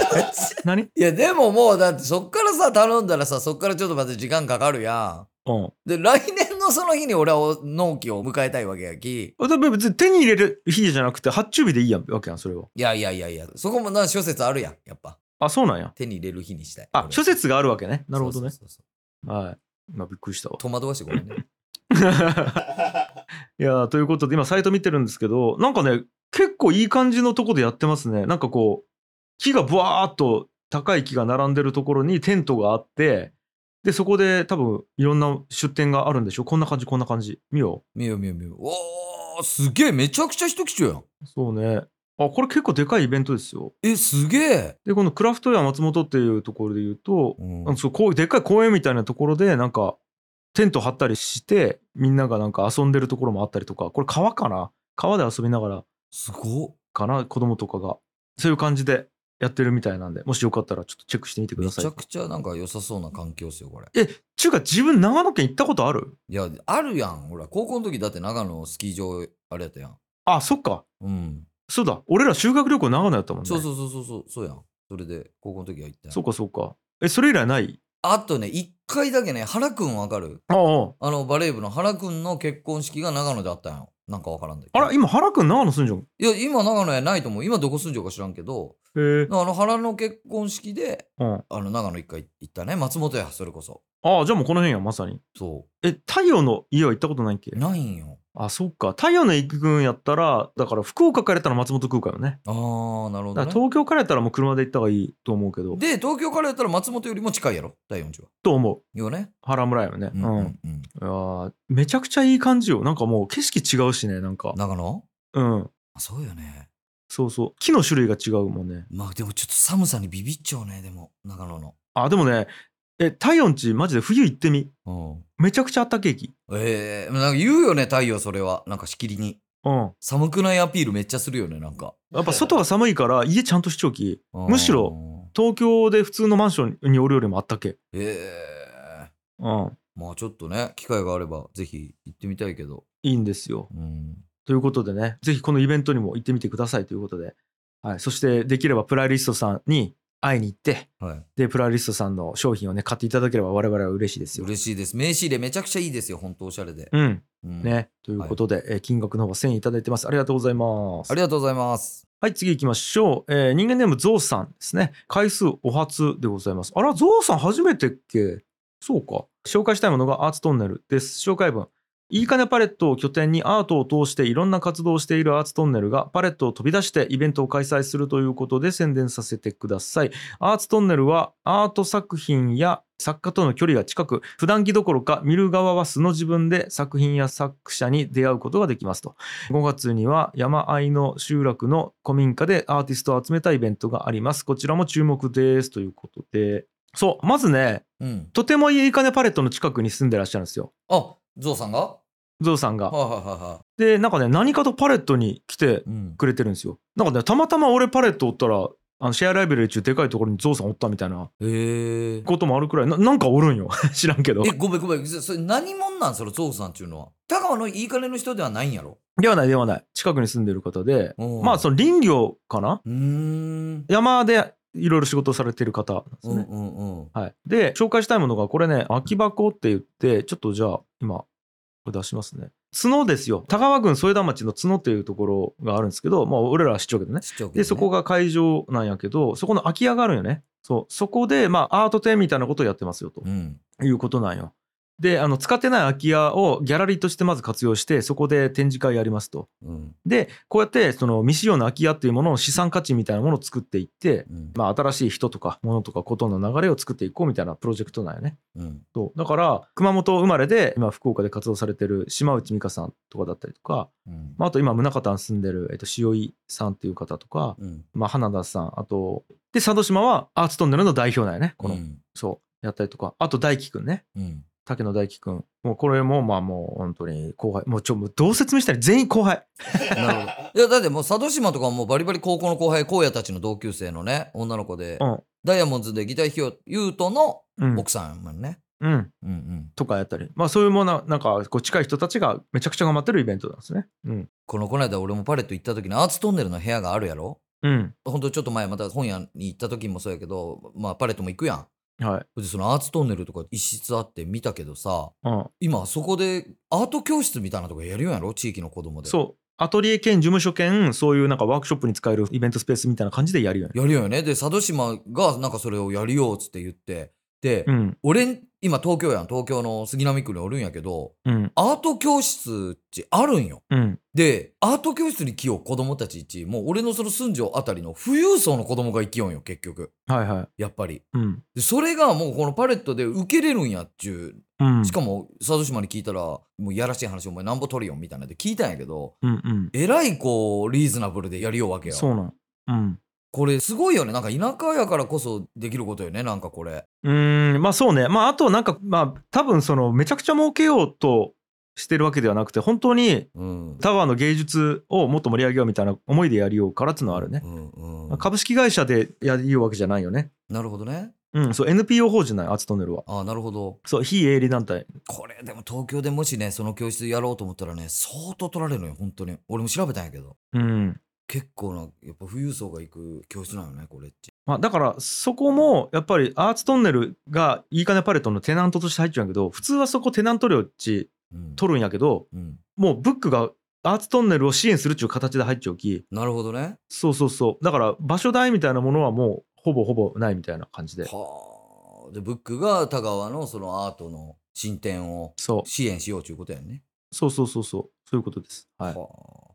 Speaker 1: 何
Speaker 2: いやでももうだってそっからさ頼んだらさそっからちょっとまた時間かかるや
Speaker 1: うん。
Speaker 2: んで来年のその日に俺はお納期を迎えたいわけやき
Speaker 1: だって別に手に入れる日じゃなくて発注日でいいやんわけやん、それは。
Speaker 2: いやいやいやいや、そこもな諸説あるやん、やっぱ。
Speaker 1: あ、そうなんや。
Speaker 2: 手に入れる日にしたい。
Speaker 1: あ、諸説があるわけね。
Speaker 2: 俺
Speaker 1: なるほどね。
Speaker 2: そうそうそう
Speaker 1: はい。まあ、びっくりしたわ。
Speaker 2: 戸惑わしてごめんね。
Speaker 1: いやーということで今サイト見てるんですけどなんかね結構いい感じのとこでやってますねなんかこう木がブワーっと高い木が並んでるところにテントがあってでそこで多分いろんな出店があるんでしょこんな感じこんな感じ見よ
Speaker 2: 見よう見よう見よう。おー、すげえ、めちゃくちゃ人来ちゃうやん。
Speaker 1: うそうねあこれ結構でかいイベントですよ
Speaker 2: え、すげえ。
Speaker 1: でこのクラフトや松本っていうところで言うと、
Speaker 2: うん
Speaker 1: なんかそうこういうでっかい公園みたいなところでなんかテント張ったりしてみんながなんか遊んでるところもあったりとかこれ川かな川で遊びながら
Speaker 2: すごっ。
Speaker 1: かな子供とかがそういう感じでやってるみたいなんでもしよかったらちょっとチェックしてみてく
Speaker 2: め
Speaker 1: ださ
Speaker 2: ち
Speaker 1: い
Speaker 2: ゃくちゃなんか良さそうな環境っすよ、これ。
Speaker 1: えちゅうか自分長野県行ったことある
Speaker 2: いや、あるやん。ほら、高校の時だって長野スキー場あれやったやん。
Speaker 1: あそっか
Speaker 2: うん。
Speaker 1: そうだ俺ら修学旅行長野やったもんね
Speaker 2: そうそうそうそうそう、そうやん。それで高校の時は行ったやん
Speaker 1: そうかそうかえそれ以来ない
Speaker 2: あとね、一回だけね、原くんわかる
Speaker 1: ああ
Speaker 2: あの、バレー部の原くんの結婚式が長野であったやん。なんかわからんで。
Speaker 1: あら今原くん長野住んじゃん
Speaker 2: いや、今長野やないと思う。今どこ住んじゃうか知らんけど、
Speaker 1: へえ
Speaker 2: あの原の結婚式で、
Speaker 1: うん
Speaker 2: あの長野一回行ったね。松本や、それこそ。
Speaker 1: ああじゃあもうこの辺やまさに
Speaker 2: そ
Speaker 1: え太陽の家は行ったことないっけ
Speaker 2: う。ないんよ。
Speaker 1: あそっか太陽の家行くんやったらだから福岡からやったら松本空海よね
Speaker 2: あー、なるほ
Speaker 1: だから
Speaker 2: ど、ね。
Speaker 1: 東京からやったらもう車で行った方がいいと思うけど
Speaker 2: で、東京からやったら松本よりも近いやろ、第4地は。
Speaker 1: と思う
Speaker 2: よね。
Speaker 1: 原村やよね
Speaker 2: うんうんうん。
Speaker 1: いやーめちゃくちゃいい感じよなんかもう景色違うしねなんか
Speaker 2: 長野
Speaker 1: うん
Speaker 2: あそうよね。
Speaker 1: そうそう木の種類が違うもんね
Speaker 2: まあでもちょっと寒さにビビっちゃうね、でも、長野の。
Speaker 1: あでもねえ太陽んちマジで冬行ってみ
Speaker 2: う
Speaker 1: めちゃくちゃあったけえき
Speaker 2: ん。ええなんか言うよね、太陽、それは。なんかしきりに。
Speaker 1: うん
Speaker 2: 寒くないアピールめっちゃするよね、なんか。
Speaker 1: やっぱ外が寒いから家ちゃんとしちょうき
Speaker 2: うん
Speaker 1: むしろ。東京で普通のマンションにおるよりもあったけ
Speaker 2: ええ
Speaker 1: うん
Speaker 2: まあちょっとね、機会があればぜひ行ってみたいけど。
Speaker 1: いいんですよ
Speaker 2: うん。
Speaker 1: ということでねぜひこのイベントにも行ってみてくださいということで、はい、そしてできればプライリストさんに会いに行って
Speaker 2: は
Speaker 1: でプラリストさんの商品をね買っていただければ我々は嬉しいです
Speaker 2: い、
Speaker 1: よ。
Speaker 2: 嬉しいです名刺入れめちゃくちゃいいですよ本当おしゃれで、
Speaker 1: うん
Speaker 2: うん
Speaker 1: ね、ということで、えー金額の方は1000円いただいてます。ありがとうございます。
Speaker 2: ありがとうございます
Speaker 1: はい、次行きましょう。えー人間ネームゾウさんですね。回数お初でございます。あら、ゾウさん初めてっけそうか。紹介したいものがアーツトンネルです。紹介文。いいかねパレットを拠点にアートを通していろんな活動をしているアーツトンネルがパレットを飛び出してイベントを開催するということで宣伝させてください。アーツトンネルはアート作品や作家との距離が近く、普段着どころか見る側は素の自分で作品や作者に出会うことができますと。5月には山あいの集落の古民家でアーティストを集めたイベントがあります。こちらも注目ですということで。そう、まずね、
Speaker 2: うん
Speaker 1: とてもいい金パレットの近くに住んでらっしゃるんですよ。
Speaker 2: あゾウさんがは
Speaker 1: ゾウさん
Speaker 2: い
Speaker 1: が。
Speaker 2: はいはいは
Speaker 1: で、なんかね、何かとパレットに来て
Speaker 2: い、うん、
Speaker 1: くれてるんですよ。なんかね、たまたま俺パレットおったら、あのシェアライブラリー中でかいところにゾウさんおったみたいな
Speaker 2: へえ
Speaker 1: こともあるくらい、ななんかおるんよ。 知らんけど
Speaker 2: え。ごめんごめんそそれ何者なんそれゾウさんっていうのは田川のいい金の人ではないんやろ
Speaker 1: ではないではない。近くに住んでる方で、
Speaker 2: おう
Speaker 1: まあその林業かな
Speaker 2: うーん
Speaker 1: 山でいろいろ仕事をされてる方なんですね。
Speaker 2: うんうんうん
Speaker 1: はい、で紹介したいものがこれね空き箱って言ってちょっとじゃあ今これ出しますね角ですよ田川郡添田町の角っていうところがあるんですけどまあ俺らは市長けどね
Speaker 2: ちっちゃいけどね
Speaker 1: でそこが会場なんやけどそこの空き家があるんよねそうそこでまあアート展みたいなことをやってますよと
Speaker 2: うん
Speaker 1: いうことなんよであの使ってない空き家をギャラリーとしてまず活用してそこで展示会やりますと
Speaker 2: うん
Speaker 1: でこうやってその未使用の空き家っていうものの資産価値みたいなものを作っていって
Speaker 2: うん
Speaker 1: まあ、新しい人とか物とかことの流れを作っていこうみたいなプロジェクトなんよね。
Speaker 2: うん
Speaker 1: そうだから熊本生まれで今福岡で活動されてる島内美香さんとかだったりとか、
Speaker 2: うん
Speaker 1: まあ、あと今宗像に住んでる、えっと、塩井さんっていう方とか、
Speaker 2: うん
Speaker 1: まあ、花田さんあとで佐渡島はアーツトンネルの代表なんよねこの、
Speaker 2: うん
Speaker 1: そうやったりとかあと大輝くんね
Speaker 2: うん
Speaker 1: 竹野大輝くんもうこれもまあもう本当に後輩もうちょもうどう説明したら全員後輩
Speaker 2: なるほど。いや、 だってもう佐渡島とかもうバリバリ高校の後輩、荒野たちの同級生のね、女の子で、
Speaker 1: うん
Speaker 2: ダイヤモンドズでギター弾きよゆうとの
Speaker 1: うん、
Speaker 2: 奥さんやもんね。
Speaker 1: うん、
Speaker 2: うんうん。
Speaker 1: とかやったりまあそういうもうななんかこう近い人たちがめちゃくちゃ頑張ってるイベントなんですねうん
Speaker 2: この、この間俺もパレット行った時のアーツトンネルの部屋があるやろ
Speaker 1: うん
Speaker 2: ほんとちょっと前また本屋に行った時もそうやけど、まあパレットも行くやん。
Speaker 1: はい。
Speaker 2: でそのアーツトンネルとか一室あって見たけどさ、
Speaker 1: うん。
Speaker 2: 今あそこでアート教室みたいなとこやるやんやろ地域の子供で。
Speaker 1: そう。アトリエ兼事務所兼そういうなんかワークショップに使えるイベントスペースみたいな感じでやるよね。
Speaker 2: やるよね。で、佐渡島がなんかそれをやるよっつって言って、で、
Speaker 1: うん
Speaker 2: 俺今東京やん東京の杉並区におるんやけど
Speaker 1: うん
Speaker 2: アート教室っちあるんよ
Speaker 1: うん。
Speaker 2: でアート教室に来よう子供たちっちもう俺のその寸城あたりの富裕層の子供が行きよんよ結局
Speaker 1: はいはい。
Speaker 2: やっぱり
Speaker 1: うん
Speaker 2: でそれがもうこのパレットで受けれるんやっちゅ
Speaker 1: うん
Speaker 2: うしかも佐渡島に聞いたらもういやらしい話お前なんぼ取るよみたいなんで聞いたんやけど
Speaker 1: うんうん。
Speaker 2: えらいこうリーズナブルでやりようわけよ
Speaker 1: そうなん。うん。
Speaker 2: これすごいよねなんか田舎やからこそできることよねなんかこれ
Speaker 1: うーんまあそうねまああとなんかまあ多分そのめちゃくちゃ儲けようとしてるわけではなくて本当に
Speaker 2: うん
Speaker 1: タワーの芸術をもっと盛り上げようみたいな思いでやりようからっていうのはあるね
Speaker 2: う、んうん
Speaker 1: まあ株式会社でやりようわけじゃないよね
Speaker 2: なるほどね
Speaker 1: うんそう NPO 法人なんよアーツトンネルは
Speaker 2: ああなるほど
Speaker 1: そう非営利団体
Speaker 2: これでも東京でもしねその教室やろうと思ったらね相当取られるのよ本当に俺も調べたんやけど
Speaker 1: うん
Speaker 2: 結構なやっぱ富裕層が行く教室なんよねこれっち
Speaker 1: まあ、だからそこもやっぱりアーツトンネルがいいかねパレットのテナントとして入っちゃうんやけど普通はそこテナント料っち
Speaker 2: うん
Speaker 1: 取るんやけど
Speaker 2: うん
Speaker 1: もうブックがアーツトンネルを支援するっちゅう形で入っちゃうき
Speaker 2: なるほどね
Speaker 1: そうそうそうだから場所代みたいなものはもうほぼほぼないみたいな感じで
Speaker 2: はあでブックが田川のそのアートの進展を
Speaker 1: そう
Speaker 2: 支援しようということやんね
Speaker 1: そうそうそうそうそういうことです、はい、
Speaker 2: は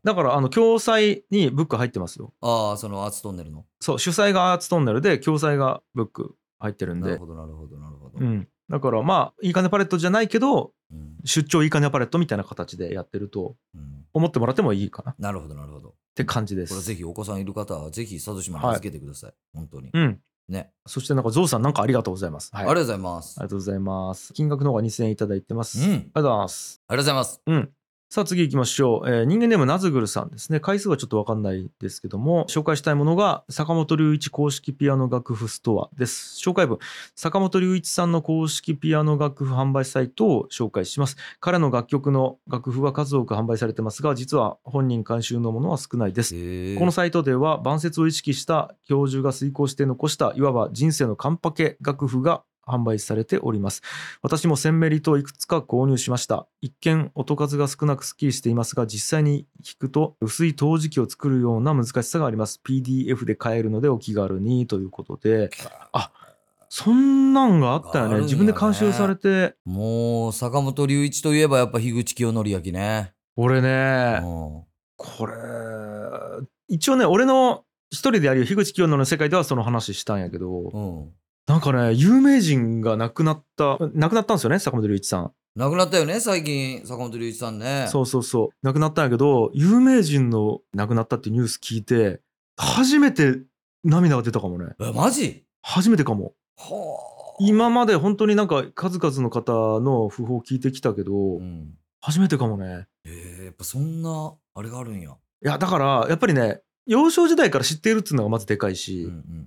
Speaker 1: だからあの共済にブック入ってますよ
Speaker 2: あああそのアーツトンネルの
Speaker 1: そう主催がアーツトンネルで共済がブック入ってるん
Speaker 2: な
Speaker 1: で
Speaker 2: るほどなるほどなるほど、
Speaker 1: うんだからまあいいかねパレットじゃないけど
Speaker 2: うん
Speaker 1: 出張いいかねパレットみたいな形でやってると
Speaker 2: うん
Speaker 1: 思ってもらってもいいかなっ
Speaker 2: なるほどなるほど
Speaker 1: て感じで
Speaker 2: これ
Speaker 1: す。
Speaker 2: ぜひお子さんいる方はぜひ佐渡島に預けてください、本当に、
Speaker 1: うん。
Speaker 2: ね、
Speaker 1: そしてなんかゾウさんなんかありがとうございます。はい。
Speaker 2: ありが
Speaker 1: あり
Speaker 2: とうございます
Speaker 1: がとうございます。金額の方が2000円いただいてます。
Speaker 2: う
Speaker 1: あり
Speaker 2: ん
Speaker 1: がとうございます。
Speaker 2: ありがとうございます。
Speaker 1: うん。さあ次行きましょう、えー人間ネームナズグルさんですね回数はちょっと分かんないですけども紹介したいものが坂本龍一公式ピアノ楽譜ストアです紹介文坂本龍一さんの公式ピアノ楽譜販売サイトを紹介します彼の楽曲の楽譜は数多く販売されてますが実は本人監修のものは少ないです
Speaker 2: へえ
Speaker 1: このサイトでは晩節を意識した教授が遂行して残したいわば人生のカンパケ楽譜が販売されております私も1000メリといくつか購入しました一見音数が少なくスッキリしていますが実際に弾くと薄い陶磁器を作るような難しさがあります PDF で買えるのでお気軽にということであそんなんがあったよ
Speaker 2: あるん
Speaker 1: ね
Speaker 2: やね
Speaker 1: 自分で監修されて
Speaker 2: もう坂本龍一といえばやっぱ樋口清則明ね、
Speaker 1: 俺ね
Speaker 2: うん
Speaker 1: これ一応ね俺の一人でやるよ樋口清野の世界ではその話したんやけど、
Speaker 2: うん、
Speaker 1: なんかね、有名人が亡くなった、亡くなったんですよね、坂本龍一さん。
Speaker 2: 亡くなったよね最近坂本龍一さんね
Speaker 1: そうそうそう。亡くなったんやけど、有名人の亡くなったってニュース聞いて、初めて涙が出たかもね。
Speaker 2: えマジ
Speaker 1: 初めてかも。
Speaker 2: はあ
Speaker 1: 今まで本当になんか数々の方の訃報を聞いてきたけど、
Speaker 2: うん、
Speaker 1: 初めてかもね。
Speaker 2: えーやっぱそんなあれがあるんや、
Speaker 1: いや、だから、やっぱりね、幼少時代から知っているっていうのがまずでかいし、
Speaker 2: うんうんうん、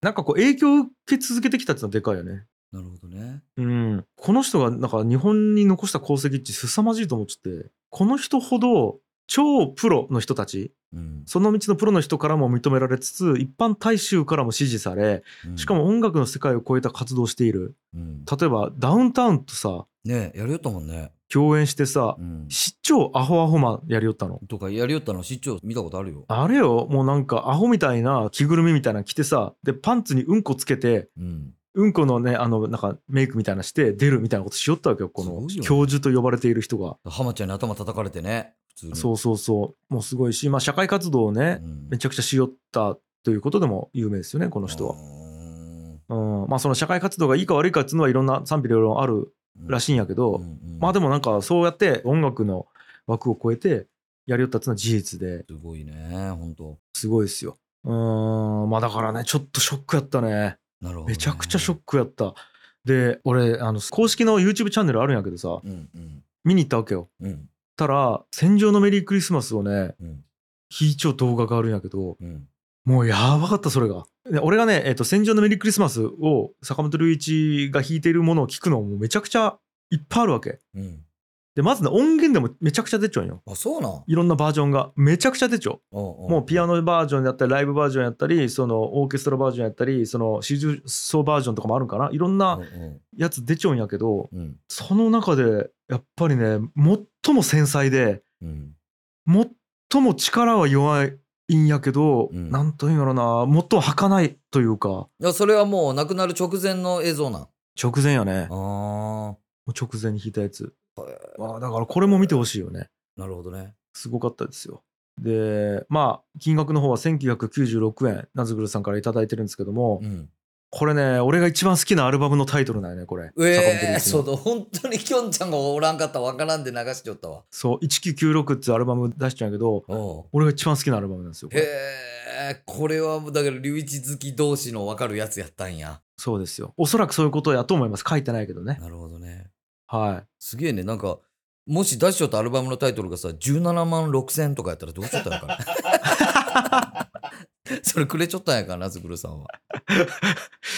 Speaker 1: なんかこう影響を受け続けてきたっていうのはでかいよね。
Speaker 2: なるほどね
Speaker 1: うん、この人がなんか日本に残した功績って凄まじいと思っててこの人ほど超プロの人たち
Speaker 2: うん、
Speaker 1: その道のプロの人からも認められつつ一般大衆からも支持され
Speaker 2: うん
Speaker 1: しか、も音楽の世界を超えた活動をしている
Speaker 2: うん、
Speaker 1: 例えばダウンタウンとさ
Speaker 2: ねやりよったもんね、
Speaker 1: 共演してさ
Speaker 2: うん、
Speaker 1: 市長アホアホマンやりよったの
Speaker 2: とかやりよったの市長見たことあるよ、
Speaker 1: あれよもうなんかアホみたいな着ぐるみみたいなの着てさでパンツにうんこつけて
Speaker 2: うん、
Speaker 1: うんこのねあのなんかメイクみたいなのして出るみたいなことしよったわけよこ
Speaker 2: すご
Speaker 1: の
Speaker 2: いよね
Speaker 1: 教授と呼ばれている人が。
Speaker 2: 浜ちゃんに頭叩かれてね普通に
Speaker 1: そうそうそう。もうすごいし、まあ社会活動を
Speaker 2: う
Speaker 1: ね、
Speaker 2: ん
Speaker 1: めちゃくちゃしよったということでも有名ですよね、この人は
Speaker 2: う。ん
Speaker 1: うん。まあその社会活動がいいか悪いかっていうのはいろんな賛否両論あるらしいんやけど、
Speaker 2: うんうん
Speaker 1: まあでもなんかそうやって音楽の枠を超えてやりよったっていうのは事実です
Speaker 2: ごいね本当
Speaker 1: すごいですよ。うん。まあだからね、ちょっとショックやったね。
Speaker 2: なるほど、ね、
Speaker 1: めちゃくちゃショックやった。で、俺、あの、公式の YouTube チャンネルあるんやけどさ、
Speaker 2: うんうん
Speaker 1: 見に行ったわけよ。
Speaker 2: うん
Speaker 1: たら、戦場のメリークリスマスをね、
Speaker 2: うん
Speaker 1: 弾いちょう動画があるんやけど、
Speaker 2: うん
Speaker 1: もうやばかったそれが。で俺がね、えっと「戦場のメリークリスマス」を坂本龍一が弾いているものを聞くのもめちゃくちゃいっぱいあるわけ。
Speaker 2: うん
Speaker 1: でまずね音源でもめちゃくちゃ出ちゃうんよ。
Speaker 2: あそうなん
Speaker 1: いろんなバージョンがめちゃくちゃ出ちゃう。も
Speaker 2: も
Speaker 1: うピアノバージョンやったりライブバージョンやったりそのオーケストラバージョンやったりその四重奏バージョンとかもあるんかないろんな
Speaker 2: うん
Speaker 1: やつ出ちゃうんやけど
Speaker 2: うん
Speaker 1: その中でやっぱりね最も繊細で
Speaker 2: うん
Speaker 1: 最も力は弱いんやけど、
Speaker 2: うん
Speaker 1: なんというんやろな最も儚いというか。
Speaker 2: いやそれはもう亡くなる直前の映像なん
Speaker 1: 直前やね。も
Speaker 2: あ
Speaker 1: う直前に弾いたやつ。
Speaker 2: あ
Speaker 1: あだからこれも見てほしいよね。
Speaker 2: なるほどね
Speaker 1: すごかったですよ。で、まあ、金額の方は1996円、ナズグルさんから頂いてるんですけども、
Speaker 2: うん
Speaker 1: これね、俺が一番好きなアルバムのタイトルなんやね、これ。
Speaker 2: ええ
Speaker 1: 坂
Speaker 2: ー、そ
Speaker 1: 本龍一の
Speaker 2: の本当にきょんちゃんがおらんかったらわからんで流しちゃったわ
Speaker 1: そう、1996ってアルバム出しちゃうんやけど、
Speaker 2: おう
Speaker 1: 俺が一番好きなアルバムなんですよ。こ
Speaker 2: へ
Speaker 1: れ
Speaker 2: えこれはもうだから龍一好き同士のわかるやつやったんや
Speaker 1: そうですよ。おそらくそういうことやと思います。書いてないけどね。
Speaker 2: なるほどね
Speaker 1: はい。
Speaker 2: すげえねなんかもし出しちゃったアルバムのタイトルがさ17万6000とかやったらどうしちゃったのかな それくれちょったんやからなずくるさんは。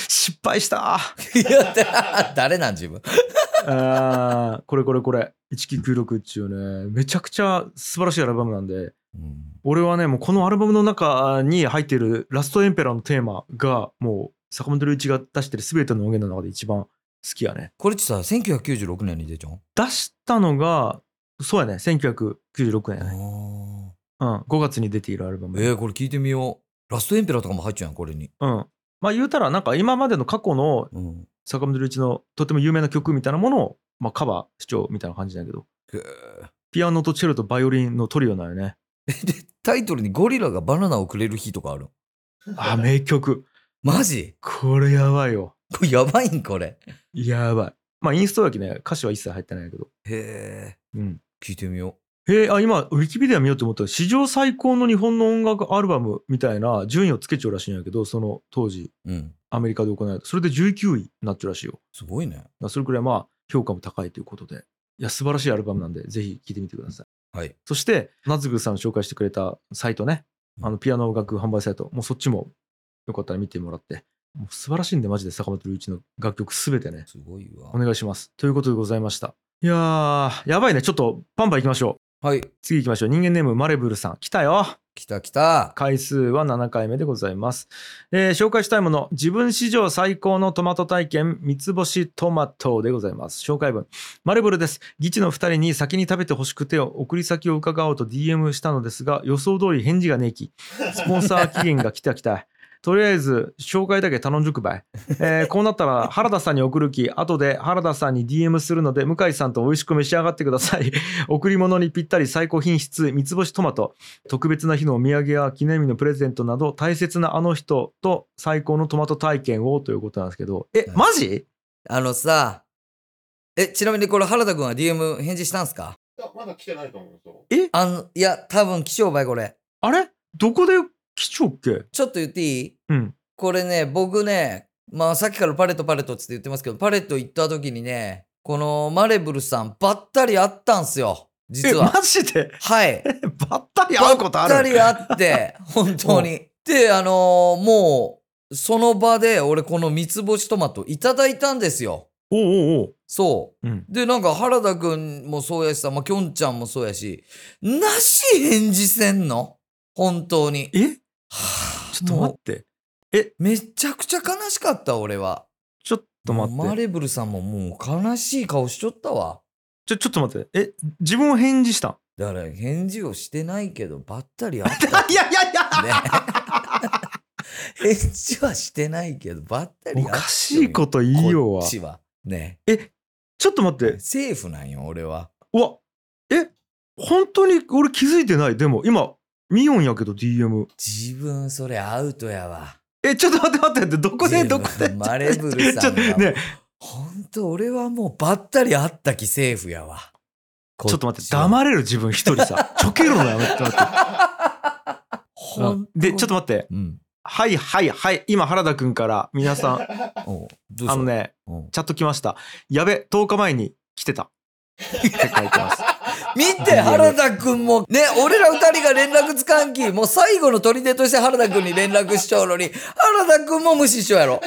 Speaker 1: 失敗 した
Speaker 2: いやだ誰なん自分。
Speaker 1: あーこれこれこれ。1996っていうね、めちゃくちゃ素晴らしいアルバムなんで、俺はねもうこのアルバムの中に入っている「ラストエンペラー」のテーマがもう坂本龍一が出してる全ての音源の中で一番好きやね
Speaker 2: これってさ1996年に出ちゃうん、
Speaker 1: 出したのがそうやね1996年やね、うん、5月に出ているアルバム、
Speaker 2: えー、これ聞いてみよう。ラストエンペラーとかも入っちゃうやんこれに。
Speaker 1: うんまあ言うたらなんか今までの過去の
Speaker 2: うん、
Speaker 1: 坂本龍一のとても有名な曲みたいなものを、まあ、カバー主張みたいな感じだけど
Speaker 2: へー
Speaker 1: ピアノとチェロとバイオリンのトリオなんよね
Speaker 2: タイトルにゴリラがバナナをくれる日とかある。
Speaker 1: あ名曲
Speaker 2: マジ
Speaker 1: これやばいよ
Speaker 2: これやばいんこれ。
Speaker 1: やばいまあインストだけね歌詞は一切入ってないけど
Speaker 2: へえ
Speaker 1: うん
Speaker 2: 聞いてみよ
Speaker 1: えーあ今、ウィキペディア見ようと思ったら、史上最高の日本の音楽アルバムみたいな順位をつけちゃうらしいんやけど、その当時、
Speaker 2: う。うん
Speaker 1: アメリカで行われた。それで19位になっちゃうらしいよ。だか
Speaker 2: すごいね。
Speaker 1: らそれくらい、まあ、評価も高いということで。いや、素晴らしいアルバムなんで、ぜひ聴いてみてください。
Speaker 2: はい。
Speaker 1: そして夏ぐさんの紹介してくれたサイトねあのピアノ音楽販売サイトもうそっちもよかったら見てもらってもう素晴らしいんでマジで坂本龍一の楽曲すべてね
Speaker 2: すごいわ
Speaker 1: お。願いしますということでございましたいやーやばいねちょっとパンパンいきましょう
Speaker 2: はい。
Speaker 1: 次行きましょう人間ネームマレブルさん来たよ
Speaker 2: きたきた。
Speaker 1: 回数は7回目でございます、えー紹介したいもの自分史上最高のトマト体験三つ星トマトでございます紹介文マルブルです議事の2人に先に食べてほしくて送り先を伺おうと DM したのですが予想通り返事がねえきスポンサー期限が来た来たとりあえず紹介だけ頼んじゅくばい、えーこうなったら原田さんに送るき後で原田さんに DM するので向井さんと美味しく召し上がってください 贈り物にぴったり最高品質三つ星トマト特別な日のお土産や記念日のプレゼントなど大切なあの人と最高のトマト体験をということなんですけどえ
Speaker 2: はい
Speaker 1: マジ
Speaker 2: あのさ、え、ちなみにこれ原田くんは DM 返事したんすか
Speaker 3: やまだ来てないと思うんですよ。
Speaker 2: あの、いや、多分貴重ばいこれ。
Speaker 1: あれどこで来ちょっけ
Speaker 2: ちょっと言っていい
Speaker 1: うん
Speaker 2: これね、僕ね、まあさっきからパレットパレットっつって言ってますけど、パレット行った時にね、このマレブルさんばったり会ったんすよ。
Speaker 1: え
Speaker 2: 実は。
Speaker 1: マジで
Speaker 2: はい。
Speaker 1: ばったり会うことある
Speaker 2: ばったり会 って、本当に。で、あのーもう、その場で俺この三つ星トマトいただいたんですよ。
Speaker 1: おうおう
Speaker 2: そう。
Speaker 1: おううん
Speaker 2: で、なんか原田くんもそうやしさ、まあ、きょんちゃんもそうやし、なし返事せんの本当に。
Speaker 1: えち
Speaker 2: はあ
Speaker 1: ょっと
Speaker 2: も
Speaker 1: 待
Speaker 2: う
Speaker 1: って
Speaker 2: めちゃくちゃ悲しかった、俺は。
Speaker 1: ちょっと待
Speaker 2: もう
Speaker 1: っ
Speaker 2: マ
Speaker 1: て
Speaker 2: レブルさんももう悲しい顔しちょったわ。
Speaker 1: ちょちょっと待ってえ自分を返事 したん
Speaker 2: だから返事をしてないけど、ばったり 会った。
Speaker 1: いやいやいや
Speaker 2: ね。返事はしてないけど、ばった
Speaker 1: お
Speaker 2: り会ってるよ
Speaker 1: かしいこと言いよう
Speaker 2: こ
Speaker 1: は
Speaker 2: っちは。ね。
Speaker 1: ちょっと待って
Speaker 2: セーフなんよ、俺は。
Speaker 1: うわえ本当に俺気づいてないでも今ミオンやけど DM
Speaker 2: 自分、それアウトやわ。
Speaker 1: え、ちょっと待って待って待って、どこで
Speaker 2: 自
Speaker 1: ど
Speaker 2: 分
Speaker 1: こで
Speaker 2: マレブル
Speaker 1: ち
Speaker 2: さ
Speaker 1: ょ
Speaker 2: ん
Speaker 1: っ
Speaker 2: が
Speaker 1: とね、
Speaker 2: ほんと、俺はもうばったり会ったきセーフやわ。こ
Speaker 1: ちょっと待って、
Speaker 2: っ
Speaker 1: 黙れる自分一人さ。ちょけるのやめて 待って。
Speaker 2: ちは。ほんと
Speaker 1: で、ちょっと待って。
Speaker 2: うん。
Speaker 1: はいはいはい。今原田くんから皆 さん、あ
Speaker 2: おうどうした
Speaker 1: の。ね、
Speaker 2: うん
Speaker 1: チャット来ました。やべ、10日前に来てた。って書いてます。
Speaker 2: 見て、原田くんも、ね、俺ら二人が連絡つかんき、もう最後の砦として原田くんに連絡しちゃうのに、原田くんも無視しちゃうやろ。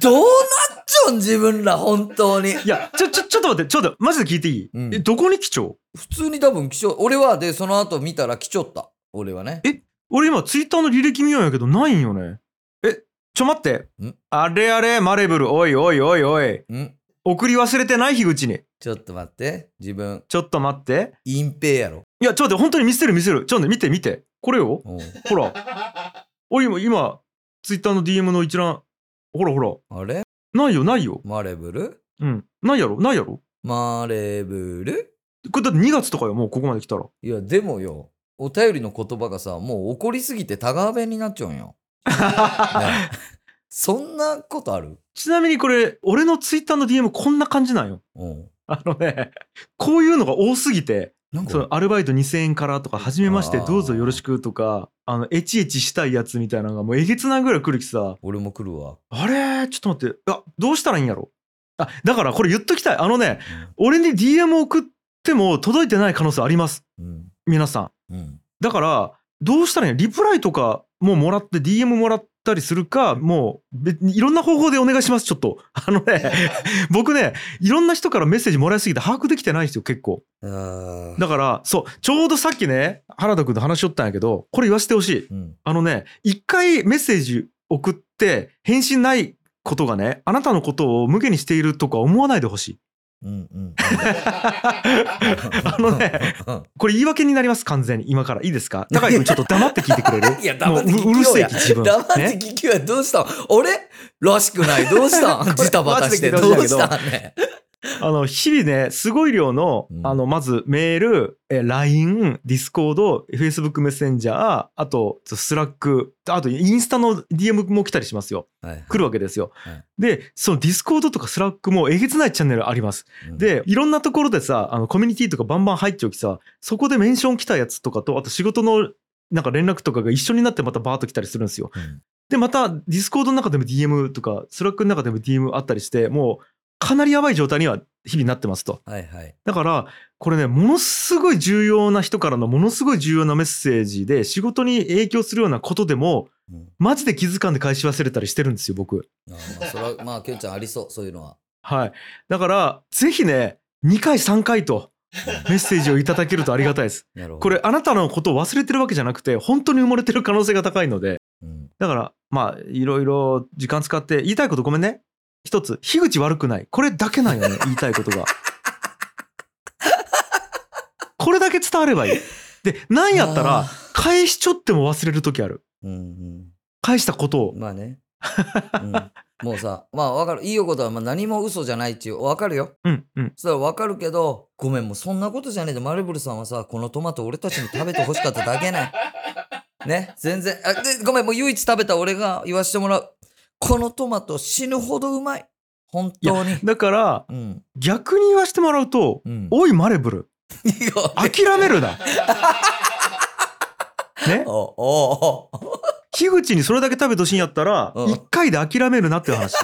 Speaker 2: どうなっちょん、自分ら、本当に。
Speaker 1: いや、ちょ、ちょ、ちょっと待って、ちょっと、マジで聞いていい、
Speaker 2: うん
Speaker 1: え、どこに来ちょう
Speaker 2: 普通に多分来ちょ、俺は、で、その後見たら来ちょった。俺はね。
Speaker 1: 俺今ツイッターの履歴見ようんやけど、ないんよね。え、ちょ待って
Speaker 2: ん。
Speaker 1: あれあれ、マレブル、おいおいおいおい。
Speaker 2: ん
Speaker 1: 送り忘れてない樋口に。
Speaker 2: ちょっと待って。自分、
Speaker 1: ちょっと待って。
Speaker 2: 隠蔽やろ。
Speaker 1: いや、ちょっと待って、本当に見せる見せる。ちょっと待って見て見て。これよ。
Speaker 2: おう
Speaker 1: ほ ら。おい、今、今、ツイッターの DM の一覧。ほらほら。
Speaker 2: あれ
Speaker 1: ないよ、ないよ。
Speaker 2: マレブル
Speaker 1: うん。ないやろ、ないやろ。
Speaker 2: マレブル
Speaker 1: これだって2月とかよ、もうここまで来たら。
Speaker 2: いや、でもよ、お便りの言葉がさ、もう怒りすぎて田川弁になっちゃうん よ。ねそんなことある
Speaker 1: ちなみにこれ、俺のツイッターの DM こんな感じなんよ。
Speaker 2: うん。
Speaker 1: あのね、こういうのが多すぎて、
Speaker 2: なんか
Speaker 1: そのアルバイト2000円からとか、はじめまして、
Speaker 2: あー
Speaker 1: どうぞよろしくとか、あの、エチエチしたいやつみたいなのがもうえげつないぐらい来るきさ、
Speaker 2: 俺も来るわ。
Speaker 1: あれちょっと待って。あ、どうしたらいいんやろあ、だからこれ言っときたい。あのね、俺に DM を送っても届いてない可能性あります。
Speaker 2: うん。
Speaker 1: 皆さん。
Speaker 2: うん。
Speaker 1: だから、どうしたらいいのリプライとかももらって DM もらったりするか、もう別にいろんな方法でお願いします。ちょっと。あのね、 僕ね、いろんな人からメッセージもらいすぎて把握できてないんですよ、結構。
Speaker 2: あ
Speaker 1: だから、そう、ちょうどさっきね、原田くんと話しよったんやけど、これ言わせてほしい。
Speaker 2: うん。
Speaker 1: あのね、一回メッセージ送って返信ないことがね、あなたのことを無下にしているとか思わないでほしい。
Speaker 2: うん。うん。
Speaker 1: あのね、これ言い訳になります、完全に。今から。いいですか高井君ちょっと黙って聞いてくれる
Speaker 2: いや 黙って聞きようや
Speaker 1: もうううるせえき、自分。
Speaker 2: 黙って
Speaker 1: ね
Speaker 2: 聞きはどうしたん俺らしくない。どうした ん
Speaker 1: これ
Speaker 2: ジタバタして。
Speaker 1: マ
Speaker 2: ど
Speaker 1: ジで聞い
Speaker 2: う
Speaker 1: て
Speaker 2: し
Speaker 1: ほしいんだ
Speaker 2: た
Speaker 1: け
Speaker 2: んね。
Speaker 1: あの、日々ね、すごい量の
Speaker 2: う、ん
Speaker 1: あの、まずメール、え LINE、Discord、Facebook メッセンジャー、あと、スラック、あと、インスタの DM も来たりしますよ。
Speaker 2: はい
Speaker 1: 来るわけですよ。
Speaker 2: はい
Speaker 1: で、その Discord とかスラックもえげつないチャンネルあります。
Speaker 2: うん
Speaker 1: で、いろんなところでさ、あのコミュニティとかバンバン入っちゃうきさ、そこでメンション来たやつとかと、あと仕事のなんか連絡とかが一緒になってまたバーッと来たりするんですよ。
Speaker 2: うん
Speaker 1: で、またディスコードの中でも DM とか、スラックの中でも DM あったりして、もうかなりやばい状態には日々なってますと。
Speaker 2: はいはい。
Speaker 1: だから、これね、ものすごい重要な人からのものすごい重要なメッセージで、仕事に影響するようなことでも、
Speaker 2: うん
Speaker 1: マジで気づかんで返し忘れたりしてるんですよ、僕。
Speaker 2: あーまあそれはまあケンちゃんありそうそういうのは。
Speaker 1: はい。だから、ぜひね、2回、3回とメッセージをいただけるとありがたいです。
Speaker 2: なるほど。
Speaker 1: これ、あなたのことを忘れてるわけじゃなくて、本当に埋もれてる可能性が高いので、
Speaker 2: うん。
Speaker 1: だから、まあ、いろいろ時間使って、言いたいことごめんね。一つ、樋口悪くない。これだけなんよ ね、言いたいことが。これだけ伝わればいい。で、なんやった
Speaker 2: あ
Speaker 1: ら
Speaker 2: ー、
Speaker 1: 返しちょっても忘れる時ある。
Speaker 2: うん
Speaker 1: 返したこと
Speaker 2: う
Speaker 1: を
Speaker 2: ん。。まあね。うんもうさ まあわかるいいよことはまあ何も嘘じゃないっていうわかるよ
Speaker 1: うん、うん。
Speaker 2: それはわかるけどごめんもうそんなことじゃねえでマルブルさんはさこのトマト俺たちに食べてほしかっただけ ねね全然あでごめんもう唯一食べた俺が言わしてもらうこのトマト死ぬほどうまい本当に
Speaker 1: だから、
Speaker 2: うん
Speaker 1: 逆に言わしてもらうと、
Speaker 2: うん
Speaker 1: おい、マレブル、
Speaker 2: いいよ
Speaker 1: 諦める な。ね、
Speaker 2: おおお
Speaker 1: 樋口にそれだけ食べてほしいんやったら、
Speaker 2: うん
Speaker 1: 一回で諦めるなっていう話。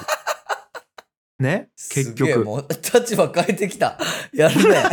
Speaker 1: ね、結
Speaker 2: すげえ
Speaker 1: 局。
Speaker 2: もう 立場変えてきた。 やるね。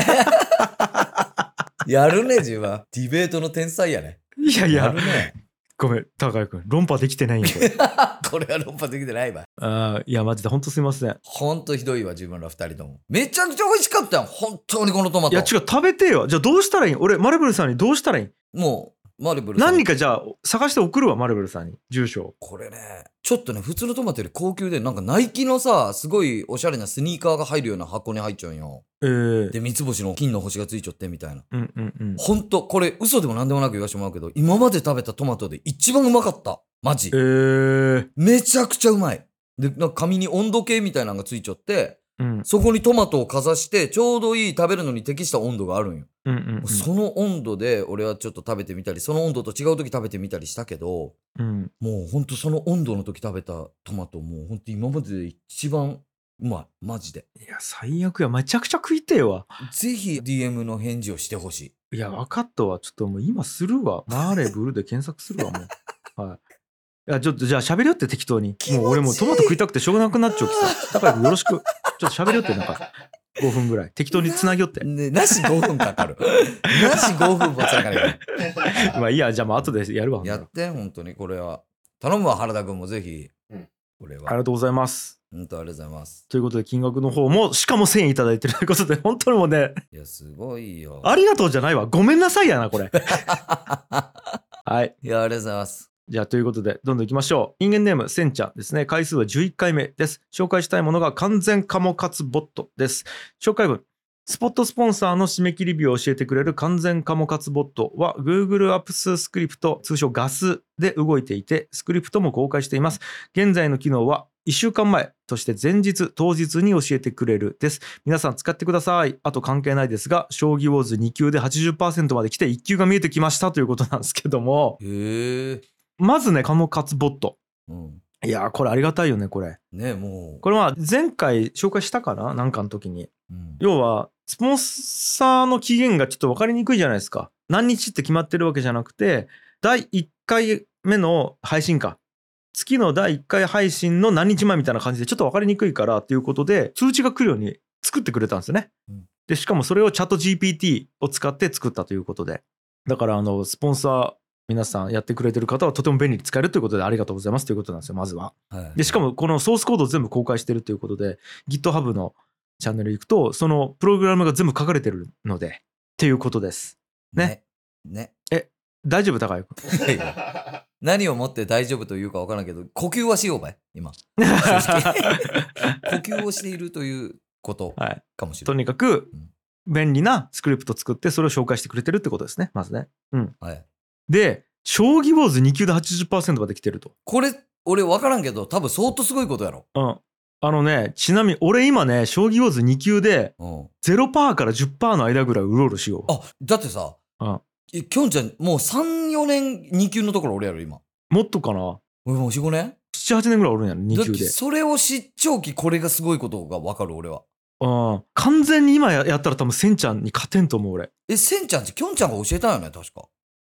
Speaker 2: やるね、自分。ディベートの天才やね。
Speaker 1: いやい
Speaker 2: や
Speaker 1: や
Speaker 2: る、ね。
Speaker 1: ごめん、高井君、論破できてないんやこれ
Speaker 2: これは論破できてないわ。
Speaker 1: あーいや、マジで、本当すいません。
Speaker 2: ほんとひどいわ、自分ら二人とも。めちゃくちゃ美味しかったよ。本当にこのトマ
Speaker 1: い
Speaker 2: ト。
Speaker 1: や、違う、食べてよ。じゃあ、どうしたらいいん俺、マルブルさんにどうしたらいいん
Speaker 2: もう、マルブルさん
Speaker 1: 何かじゃあ、探して送るわ、マルブルさんに、住所。
Speaker 2: これね、ちょっとね、普通のトマトより高級で、なんかナイキのさ、すごいおしゃれなスニーカーが入るような箱に入っちゃうんよ。
Speaker 1: えー、
Speaker 2: で、三つ星の金の星がついちゃってみたいな。
Speaker 1: うんうんうん。
Speaker 2: ほんと、これ嘘でも何でもなく言わしてもらうけど、今まで食べたトマトで一番うまかった。マジ
Speaker 1: え。ー、
Speaker 2: めちゃくちゃうまい。で、なんか紙に温度計みたいなのがついちゃって、
Speaker 1: うん
Speaker 2: そこにトマトをかざして、ちょうどいい食べるのに適した温度があるんよ。
Speaker 1: うんうんうん。
Speaker 2: その温度で俺はちょっと食べてみたり、その温度と違う時食べてみたりしたけど、
Speaker 1: うん
Speaker 2: もうほんとその温度の時食べたトマト、もうほんと今までで一番うまい。マジで。
Speaker 1: いや、最悪や。めちゃくちゃ食いてえわ。
Speaker 2: ぜひ DM の返事をしてほしい。
Speaker 1: いや、分かったわ。ちょっともう今するわ。マーレブルで検索するわ、も う。はい。いや、ちょっとじゃあ喋りよって適当に。もう俺もうトマト食いたくてしょうがなくなっちゃうきさ。高井君よろしく。ちょっと喋りよって、なん か5分ぐらい。適当につなぎよって。
Speaker 2: ね、なし5分かかる。なし5分もつながる。
Speaker 1: まあいいや、じゃあもう後でやるわ。ほんな
Speaker 2: や
Speaker 1: らあ
Speaker 2: って、本当にこれは。頼むわ、原田君もぜひ。
Speaker 3: うん
Speaker 2: これは。
Speaker 1: りがとうございます。
Speaker 2: 本当ありがとうございます。
Speaker 1: ということで、金額の方も、しかも1000円いただいてるということで、本当にもう ね、
Speaker 2: いや、すごいよ。
Speaker 1: ありがとうじゃないわ。ごめんなさいやな、こ れ。はい。
Speaker 2: いや、ありがとうございます。
Speaker 1: じゃあということでどんどんいきましょう。インゲンネームセンちゃんですね。回数は11回目です。紹介したいものが完全カモカツボットです。紹介文。スポットスポンサーの締め切り日を教えてくれる完全カモカツボットは Google Apps スクリプト、通称ガスで動いていて、スクリプトも公開しています。現在の機能は1週間前、そして前日、当日に教えてくれるです。皆さん使ってください。あと関係ないですが、将棋ウォーズ2級で80%まで来て1級が見えてきましたということなんですけども、
Speaker 2: へえ。
Speaker 1: まずね、カモカツボット。
Speaker 2: うん。
Speaker 1: いやーこれありがたいよねこれ。
Speaker 2: ね、もう。
Speaker 1: これは前回紹介したかななんかの時に。
Speaker 2: うん
Speaker 1: 要はスポンサーの期限がちょっと分かりにくいじゃないですか。何日って決まってるわけじゃなくて第1回目の配信か。月の第1回配信の何日前みたいな感じでちょっと分かりにくいからっていうことで通知が来るように作ってくれたんですよね
Speaker 2: うん。
Speaker 1: でしかもそれをチャット GPT を使って作ったということでだからあのスポンサー皆さんやってくれてる方はとても便利に使えるということでありがとうございますということなんですよまずは。
Speaker 2: はい
Speaker 1: でしかもこのソースコードを全部公開してるということで GitHub のチャンネル行くとそのプログラムが全部書かれてるのでっていうことですね。
Speaker 2: ね。
Speaker 1: 大丈夫高井君
Speaker 2: いやいや 何をもって大丈夫というかわからんけど、呼吸はしようばい、今。正 直呼吸をしているということ
Speaker 1: はい
Speaker 2: かもしれ
Speaker 1: と
Speaker 2: ない。
Speaker 1: にかく
Speaker 2: うん
Speaker 1: 便利なスクリプト作ってそれを紹介してくれてるってことですねまずね
Speaker 2: はい、
Speaker 1: で将棋ウォーズ2級で80%ができてると
Speaker 2: これ、俺わからんけど、多分相当すごいことやろ。
Speaker 1: うんあのねちなみに俺今ね将棋ウォーズ2級で
Speaker 2: うん。
Speaker 1: 0%から10%の間ぐらいうろうろしよう
Speaker 2: あ、だってさ
Speaker 1: うん、
Speaker 2: えきょんちゃん、もう3、4年2級のところ俺やろ、今。
Speaker 1: もっとかな
Speaker 2: 俺もう4、5年
Speaker 1: 78年ぐらいおるんやろ
Speaker 2: だ
Speaker 1: 2
Speaker 2: って
Speaker 1: 級で
Speaker 2: それを知っちょうきこれがすごいことが分かる俺は
Speaker 1: うん完全に今ややったら多分センちゃんに勝てんと思う俺
Speaker 2: えせんちゃんってきょんちゃんが教えたよね確か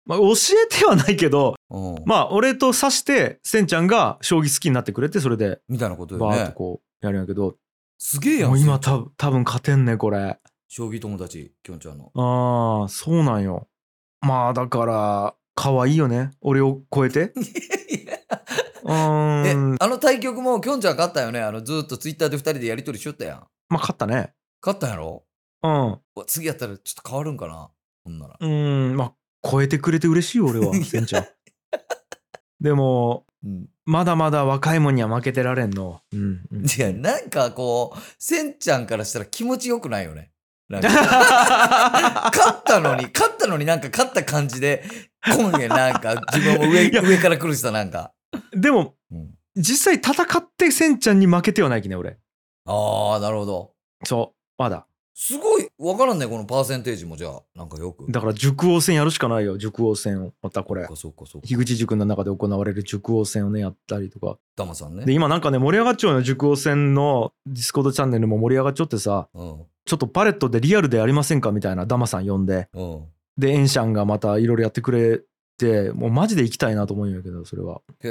Speaker 1: まあ、教えてはないけど、
Speaker 2: うん、
Speaker 1: まあ、俺と指して、せんちゃんが将棋好きになってくれて、それで、
Speaker 2: みたいなこと
Speaker 1: バ
Speaker 2: よ
Speaker 1: ーっと
Speaker 2: ね
Speaker 1: こう、やるんやけど、
Speaker 2: すげえや
Speaker 1: も
Speaker 2: ん
Speaker 1: う今た多分勝てんねこれ
Speaker 2: 将棋友達きょんちゃんの
Speaker 1: ああそうなんよまあだから可愛いよね俺を超え てう
Speaker 2: え
Speaker 1: ーん
Speaker 2: あの対局もきょんちゃん勝ったよねあのずーっとツイッターで2人でやり取りしよったやん
Speaker 1: まあ勝ったね
Speaker 2: 勝ったんやろ
Speaker 1: うん
Speaker 2: うわ次やったらちょっと変わるんかなほんなら、
Speaker 1: うんまあ超えてくれて嬉しいよ俺はせんちゃんでも
Speaker 2: うん、
Speaker 1: まだまだ若いもんには負けてられんのうん、うん、
Speaker 2: いやなんかこうせんちゃんからしたら気持ちよくないよねなんか 勝ったのに勝ったのになんか勝った感じで今夜なんか自分も上
Speaker 1: いや
Speaker 2: 上から来る人なんか
Speaker 1: でも、
Speaker 2: うん
Speaker 1: 実際戦ってせんちゃんに負けてはないきね俺
Speaker 2: ああなるほど
Speaker 1: そうまだ
Speaker 2: すごいわからんねこのパーセンテージもじゃあなんかよく
Speaker 1: だから塾王戦やるしかないよ塾王戦をまたこ
Speaker 2: そ
Speaker 1: れ
Speaker 2: っかそっかそっか
Speaker 1: 樋口塾の中で行われる塾王戦をねやったりとか
Speaker 2: ダマさん
Speaker 1: で
Speaker 2: ね
Speaker 1: 今なんかね盛り上がっちゃうのよ塾王戦のディスコードチャンネルも盛り上がっちゃってさ
Speaker 2: うん
Speaker 1: ちょっとパレットでリアルでやりませんかみたいなダマさん呼んで
Speaker 2: うん
Speaker 1: でエンシャンがまたいろいろやってくれてもうマジで行きたいなと思うんやけどそれは
Speaker 2: へ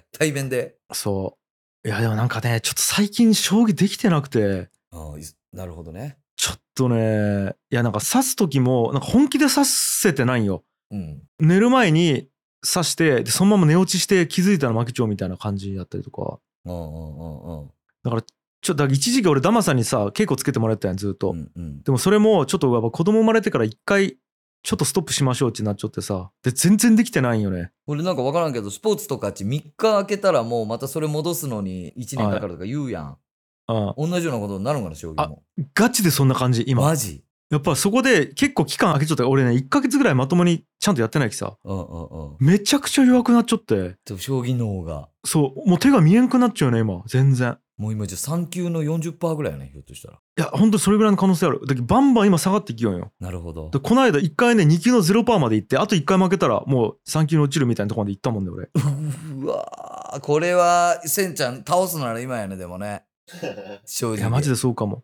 Speaker 2: え対面で
Speaker 1: そういやでもなんかねちょっと最近将棋できてなくて
Speaker 2: ああいすなるほどね
Speaker 1: ちょっとねいやなんか指す時もなんか本気で指せてないんよ
Speaker 2: うん
Speaker 1: 寝る前に指してでそのまま寝落ちして気づいたら負けちゃうみたいな感じだったりとか
Speaker 2: うんうんうんうん
Speaker 1: だからちょっとだから一時期俺ダマさんにさ稽古つけてもらってたやんずっと、
Speaker 2: うんうん
Speaker 1: でもそれもちょっとやっぱ子供生まれてから一回ちょっとストップしましょうってなっちゃってさで全然できてないんよね
Speaker 2: 俺なんか分からんけどスポーツとかっち3日開けたらもうまたそれ戻すのに1年かかるとか言うやん、
Speaker 1: うん
Speaker 2: 同じようなことになるんかな将棋も
Speaker 1: ガチでそんな感じ今
Speaker 2: マジ
Speaker 1: やっぱそこで結構期間空けちゃった俺ね1ヶ月ぐらいまともにちゃんとやってないきさ
Speaker 2: うんうんうん
Speaker 1: めちゃくちゃ弱くなっちゃって
Speaker 2: でも将棋の方が
Speaker 1: そうもう手が見えんくなっちゃうよね今全然
Speaker 2: もう今じゃ3級の40%ぐらいやねひょっとしたら
Speaker 1: いや本当にそれぐらいの可能性あるだけどバンバン今下がってきよんよ
Speaker 2: なるほど
Speaker 1: でこの間1回ね2級の0%まで行ってあと1回負けたらもう3級に落ちるみたいなとこまで行ったもんね俺
Speaker 2: うわーこれはせんちゃん倒すなら今やねで もね正直
Speaker 1: いやマジでそうかも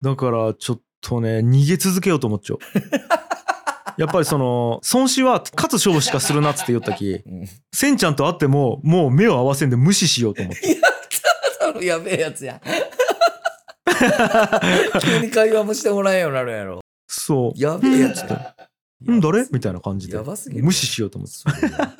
Speaker 1: だからちょっとね逃げ続けようと思っちゃう やっぱりその孫子は勝つ勝負しかするなっつって言ったき
Speaker 2: うん
Speaker 1: せんちゃんと会ってももう目を合わせんで無視しようと思って
Speaker 2: ただの やべえやつやん急に会話もしてもらえんようになるやろ
Speaker 1: そう
Speaker 2: やべえやつ
Speaker 1: うんうん誰みたいな感じで
Speaker 2: やばすぎる
Speaker 1: 無視しようと思って
Speaker 2: そうや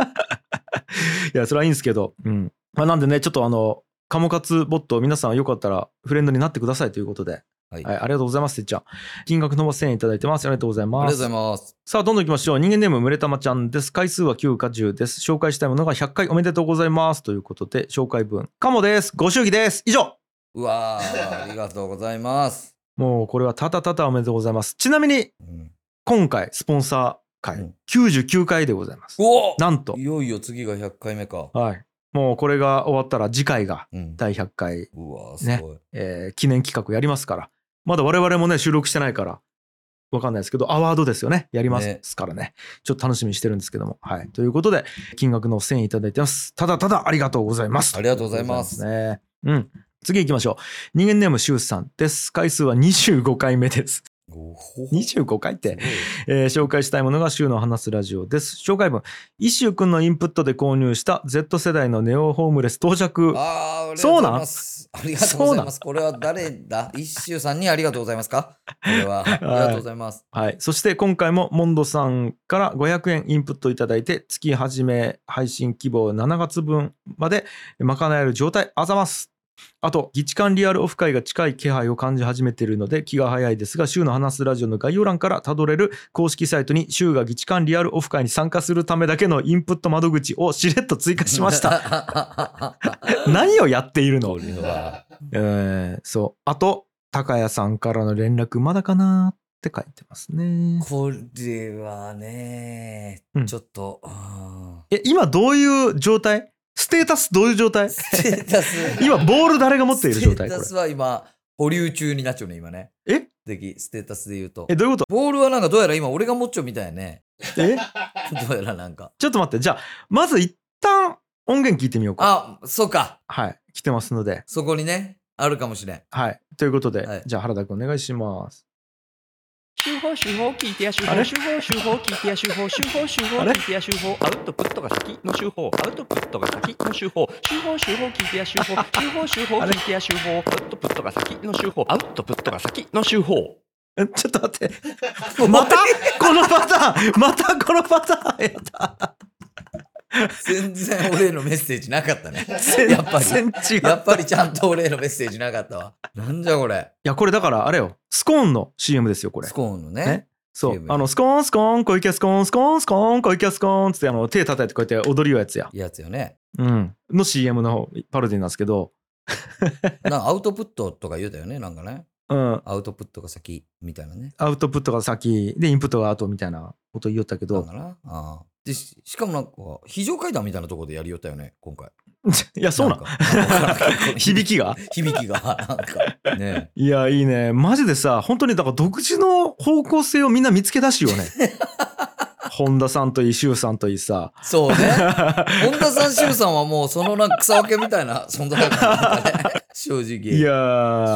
Speaker 1: いやそれはいいんですけどうん、まあ、なんでねちょっとあのカモカツボット皆さんよかったらフレンドになってくださいということで、
Speaker 2: はい
Speaker 1: はい、ありがとうございますてっちゃん金額のば1000円いただいてますありがとうござい
Speaker 2: あり
Speaker 1: ま
Speaker 2: がとうご
Speaker 1: す
Speaker 2: ざいます。
Speaker 1: さあ、どんどん行きましょう。人間ネーム、むれたまちゃんです。回数は9か10です。紹介したいものが100回おめでとうございます。ということで、紹介文、カモです。ご祝儀です。以上
Speaker 2: うわー、ありがとうございます。
Speaker 1: もうこれはたたたたおめでとうございます。ちなみに、
Speaker 2: うん、
Speaker 1: 今回、スポンサー
Speaker 2: う
Speaker 1: 回
Speaker 2: ん、
Speaker 1: 99回でございます。
Speaker 2: おお
Speaker 1: なんと
Speaker 2: い、よいよ次が100回目か。
Speaker 1: はい。もうこれが終わったら、次回が
Speaker 2: うん、
Speaker 1: 第100回、
Speaker 2: うわー、
Speaker 1: ね
Speaker 2: すごい。
Speaker 1: えー記念企画やりますから。まだ我々もね、収録してないから。わかんないですけど、アワードですよね。やりま
Speaker 2: ね
Speaker 1: すからね。ちょっと楽しみにしてるんですけども。はい。ということで、金額の1000円いただいてます。ただただありがとうございます。
Speaker 2: ありがとうございます
Speaker 1: ありがとうございますね。うん。次行きましょう。人間ネームシュウさんです。回数は25回目です。
Speaker 2: おほほ
Speaker 1: 25回って。えー紹介したいものが週の話すラジオです。紹介文。一周くんのインプットで購入した Z 世代のネオホームレス到着。
Speaker 2: あー
Speaker 1: そうなん
Speaker 2: ありがとうございます。これは誰だ一周さんにありがとうございますかこれは。ありがとうございます。
Speaker 1: はい、そして今回もモンドさんから500円インプットいただいて月始め配信希望7月分まで賄える状態あざますあと、議事館リアルオフ会が近い気配を感じ始めているので気が早いですが、週の話すラジオの概要欄からたどれる公式サイトに週が議事館リアルオフ会に参加するためだけのインプット窓口をしれっと追加しま した。
Speaker 2: た。
Speaker 1: 何をやっているの
Speaker 2: これは。
Speaker 1: えーそう。あと、高谷さんからの連絡まだかなって書いてますね。
Speaker 2: これはね、
Speaker 1: うん
Speaker 2: ちょっと、 うん
Speaker 1: え、今どういう状態ステータスどういう状態
Speaker 2: ステータス。
Speaker 1: 今、ボール誰が持っている状態
Speaker 2: ステ
Speaker 1: こ
Speaker 2: ー
Speaker 1: れ
Speaker 2: タ。スは今、保留中になっちゃうね、今ね。
Speaker 1: え
Speaker 2: 的ステータスで言うと
Speaker 1: え、。どういうこ
Speaker 2: ボールはなんかどうやら今俺が持っちゃうみたいやね。
Speaker 1: とえ
Speaker 2: どうやらなんか。
Speaker 1: ちょっと待って。じゃあ、まず一旦音源聞いてみようか。
Speaker 2: あ、そうか。
Speaker 1: はい。来てますので。
Speaker 2: そこにね、あるかもしれん。
Speaker 1: はい。ということで、
Speaker 2: はい
Speaker 1: じゃあ原田くんお願いします。
Speaker 4: 手法手法聞いてや手法手法手法聞いてや手法手法手法聞いてや手法アウトプットが先の手法アウトプットが先の手法手法手法聞いてや手法手法手法聞いてや手法アウトプットが先の手法アウトプットが先の手法
Speaker 1: えちょっと 待って。またこのパターンまたこのパターンやった。
Speaker 2: 全然俺へのメッセージなかった ね。や
Speaker 1: や
Speaker 2: っぱり
Speaker 1: 全然違う。
Speaker 2: やっぱりちゃんと俺へのメッセージなかったわ。なんじゃこれ。
Speaker 1: いや、これだからあれよ。スコーンの CM ですよ、これ
Speaker 2: ス。コーンのね
Speaker 1: ね。そ
Speaker 2: CM
Speaker 1: う。あの、スコーン、スコーン、小池スコーン、スコーン、スコーン、小池スコーンつって、あの、手叩いてこうやって踊りようやつや。
Speaker 2: やつよね。
Speaker 1: うん。の CM のパロディなんですけど、
Speaker 2: なんかアウトプットとか言うたよね。なんかね。
Speaker 1: うん。
Speaker 2: アウトプットが先みたいなね。
Speaker 1: アウトプットが先で、インプットが後みたいなこと言おったけ
Speaker 2: なん
Speaker 1: ど
Speaker 2: か、な。ああでししかもなんか非常階段みたいなところでやりよったよね今回
Speaker 1: いや、そうなん。
Speaker 2: かなんかわからんけ ど
Speaker 1: 響きが
Speaker 2: 響きがなん かね
Speaker 1: いや、いいね。マジでさ、本当にだから独自の方向性をみんな見つけ出しよう ね。本田さんといい、周さんといいさ。
Speaker 2: そうね本田さん柊さんはもうそのなんか草分けみたいな存在感 だったね正直
Speaker 1: い
Speaker 2: す
Speaker 1: や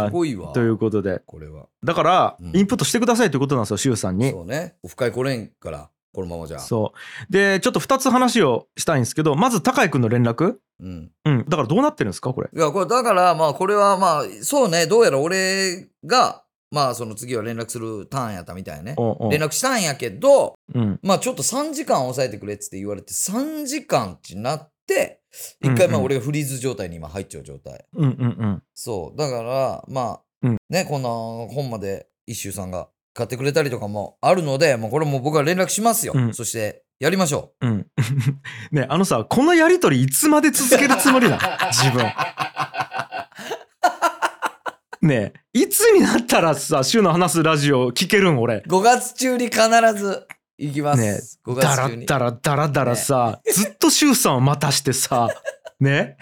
Speaker 1: ー、
Speaker 2: ごいわ
Speaker 1: ということで。
Speaker 2: これは
Speaker 1: だから、
Speaker 2: うん
Speaker 1: インプットしてくださいということなんですよ、周さんに。
Speaker 2: そうねオフ会来れんからこのままじゃ
Speaker 1: そう。で、ちょっと2つ話をしたいんですけど、まず、高井くんの連絡。
Speaker 2: うん
Speaker 1: うん。だからどうなってるんですか、これ。
Speaker 2: いやこれだからまあこれはまあそうねどうやら俺がまあその次は連絡するターンやったみたいね
Speaker 1: おうおう
Speaker 2: 連絡したんやけど
Speaker 1: うん。
Speaker 2: まあちょっと3時間抑えてくれっつって言われて3時間ってなって一
Speaker 1: うんう
Speaker 2: 回
Speaker 1: ん
Speaker 2: まあ俺がフリーズ状態に今入っちゃう状態
Speaker 1: うんうんうん。
Speaker 2: そうだからまあ、
Speaker 1: うん
Speaker 2: ねこんな本まで一周さんが買ってくれたりとかもあるのでもうこれも僕は連絡しますよ、
Speaker 1: うん
Speaker 2: そしてやりましょ
Speaker 1: うん。 ねあのさ、このやりとりいつまで続けるつもり なの自分。ねえ、いつになったらさ、週の話すラジオ聞けるん俺。
Speaker 2: う5月中に必ず行きます、
Speaker 1: ね
Speaker 2: 5
Speaker 1: だ
Speaker 2: 月
Speaker 1: ら
Speaker 2: 中に
Speaker 1: だらだらだらさ、ずっと周さんを待たして さ、ね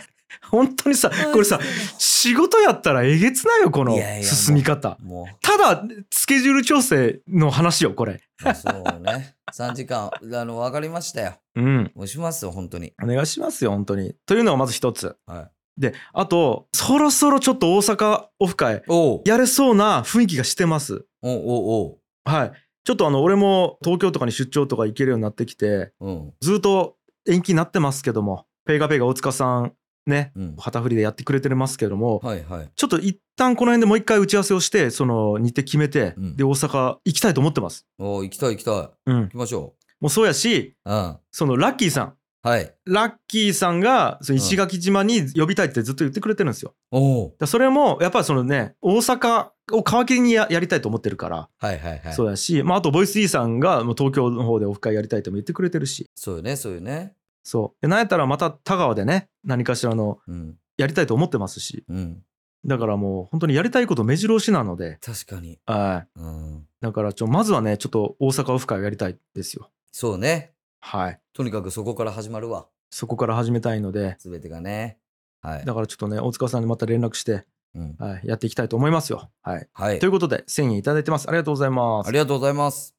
Speaker 1: 本当にさ、これさ、仕事やったらえげつないよ、この
Speaker 2: いやいや
Speaker 1: 進み方。
Speaker 2: もう
Speaker 1: ただ、スケジュール調整の話よ、これ。
Speaker 2: まあそうね3時間あの分かりましたよ
Speaker 1: うん。
Speaker 2: もうしますよ本当に
Speaker 1: お願いしますよ、本当に。というのがまず一つ。
Speaker 2: はい
Speaker 1: で、あと、そろそろちょっと大阪オフ会、
Speaker 2: おう
Speaker 1: やれそうな雰囲気がしてます。
Speaker 2: おうおう
Speaker 1: はい。ちょっとあの、俺も東京とかに出張とか行けるようになってきて、
Speaker 2: おううん
Speaker 1: ずっと延期になってますけども、ペイガペイガ大塚さん、ね、
Speaker 2: うん
Speaker 1: 旗振りでやってくれてますけども、
Speaker 2: はいはい
Speaker 1: ちょっと一旦この辺でもう一回打ち合わせをして、その日程決めて、
Speaker 2: うん
Speaker 1: で、大阪行きたいと思ってます。
Speaker 2: おう行きたい行きたい行
Speaker 1: うん。
Speaker 2: きましょ
Speaker 1: もうそうやし、
Speaker 2: ううん
Speaker 1: そのラッキーさん、
Speaker 2: はい
Speaker 1: ラッキーさんがその石垣島に呼びたいってずっと言ってくれてるんですよ。
Speaker 2: おう
Speaker 1: だからそれもやっぱりそのね大阪を皮切りにややりたいと思ってるから、
Speaker 2: はいはいはい
Speaker 1: そうやし、まあ、あとボイス E さんがもう東京の方でオフ会やりたいとも言ってくれてるし
Speaker 2: そうよねそうよね
Speaker 1: そうでなんやったらまた田川でね何かしらの
Speaker 2: うん
Speaker 1: やりたいと思ってますし
Speaker 2: うん
Speaker 1: だからもう本当にやりたいこと目白押しなので、
Speaker 2: 確かに
Speaker 1: はい、
Speaker 2: うん
Speaker 1: だからちょまずはねちょっと大阪オフ会をやりたいですよ
Speaker 2: そうね
Speaker 1: はい
Speaker 2: とにかくそこから始まるわ
Speaker 1: そこから始めたいので
Speaker 2: 全てがねはい
Speaker 1: だからちょっとね大塚さんにまた連絡して、
Speaker 2: うん
Speaker 1: はい、やっていきたいと思いますよはい
Speaker 2: はい
Speaker 1: ということで1000円いただいてますありがとうございます
Speaker 2: ありがとうございます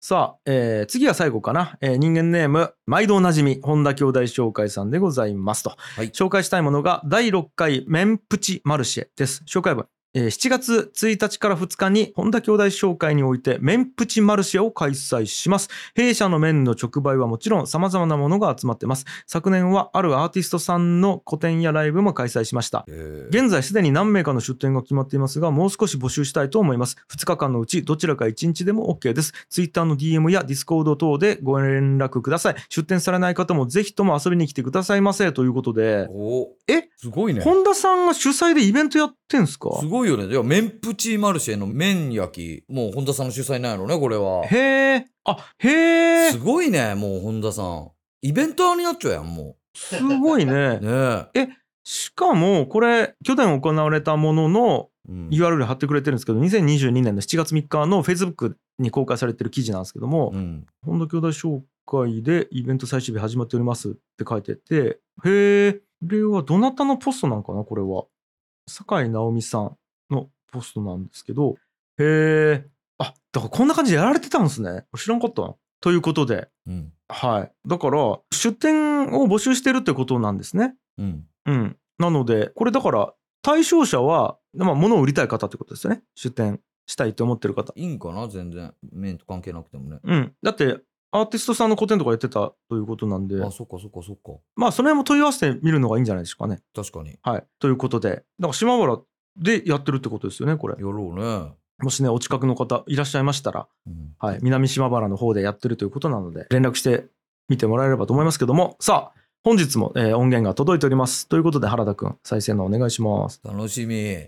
Speaker 1: さあ、えー次は最後かな、えー人間ネーム毎度おなじみ本田兄弟紹介さんでございますと、
Speaker 2: い
Speaker 1: 紹介したいものが第6回メンプチマルシェです紹介文、えー7月1日から2日に本田兄弟紹介においてメンプチマルシェを開催します弊社の麺の直売はもちろん様々なものが集まってます昨年はあるアーティストさんの個展やライブも開催しました
Speaker 2: 現
Speaker 1: 現在すでに何名かの出店が決まっていますが、もう少し募集したいと思います。2日間のうちどちらか1日でも OK です。Twitter の DM や Discord 等でご連絡ください。出店されない方もぜひとも遊びに来てくださいませということで、
Speaker 2: お
Speaker 1: え
Speaker 2: すごいね
Speaker 1: 本田さんが主催でイベントやってんすか
Speaker 2: すごいよねいや麺プチマルシェの麺焼きもう本田さんの主催なんやろねこれは
Speaker 1: へえ、あ、へえ
Speaker 2: す、ごいねもう本田さんイベントになっちゃうやんも
Speaker 1: すごいうね。
Speaker 2: ねえ
Speaker 1: しかも、これ、去年行われたものの
Speaker 2: うん
Speaker 1: URL 貼ってくれてるんですけど、2022年の7月3日の Facebook に公開されてる記事なんですけども、
Speaker 2: うん
Speaker 1: 本田兄弟紹介でイベント最終日始まっておりますって書いてて、へえ、これはどなたのポストなんかな、これは。酒井直美さんのポストなんですけど、へえ、あだからこんな感じでやられてたんですね。知らんかったな。ということで、
Speaker 2: うん
Speaker 1: はい。だから、出店を募集してるってことなんですね。
Speaker 2: うん
Speaker 1: うん。なので、これだから、対象者は、まあ、物を売りたい方ってことですよね。出店したいって思ってる方。
Speaker 2: いいんかな全然面と関係なくてもね、
Speaker 1: うん。だって、アーティストさんの個展とかやってたということなんで、
Speaker 2: あそっかそっかそっか
Speaker 1: まあ、その辺も問い合わせてみるのがいいんじゃないですかね。
Speaker 2: 確かに
Speaker 1: はい。ということで、だから島原でやってるってことですよね、これ
Speaker 2: や。ろうね、
Speaker 1: もしね、お近くの方いらっしゃいましたら、
Speaker 2: うん
Speaker 1: はい、南島原の方でやってるということなので連絡してみてもらえればと思いますけどもさあ本日も、えー音源が届いておりますということで原田くん再生のお願いします
Speaker 2: 楽しみ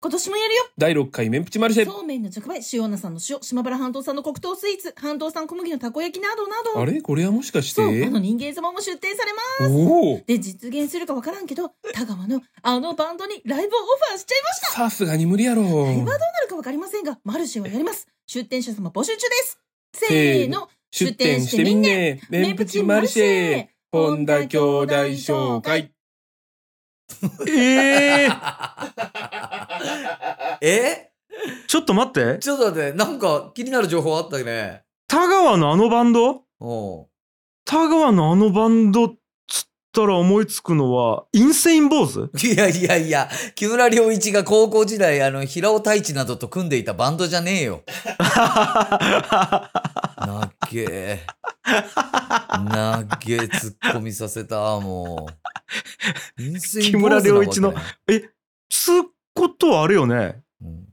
Speaker 5: 今年もやるよ
Speaker 6: 第6回メンプチマルシェ
Speaker 5: そうめんの直売、塩菜さんの塩、島原半島産の黒糖スイーツ、半島産小麦のたこ焼きなどなど。
Speaker 6: あれこれはもしかし
Speaker 5: そう、
Speaker 6: て
Speaker 5: あの人間様も出店されます。
Speaker 6: おお
Speaker 5: で、実現するかわからんけど、田川のあのバンドにライブをオファーしちゃいました
Speaker 6: さすがに無理やろ
Speaker 5: ライブはどうなるかわかりませんが、マルシェはやります。出店者様募集中です
Speaker 6: せ
Speaker 5: せ
Speaker 6: ー
Speaker 5: ーの、
Speaker 6: 出店してみんねメンプチマルシェ本田兄弟紹介
Speaker 1: ええ
Speaker 2: え
Speaker 1: ちょっと待って
Speaker 2: ちょっと待ってなんか気になる情報あったね
Speaker 1: 田川のあのバンド
Speaker 2: おう
Speaker 1: 田川のあのバンドっつったら思いつくのはインセイン坊主
Speaker 2: いやいやいや、木村良一が高校時代、あの、平尾太一などと組んでいたバンドじゃねえ よ。なっげえ。なっげえ突っ込みさせた、 もう。陰性
Speaker 1: 木村良一の
Speaker 2: 坊主なわ
Speaker 1: つうことはあれよね
Speaker 2: けねうん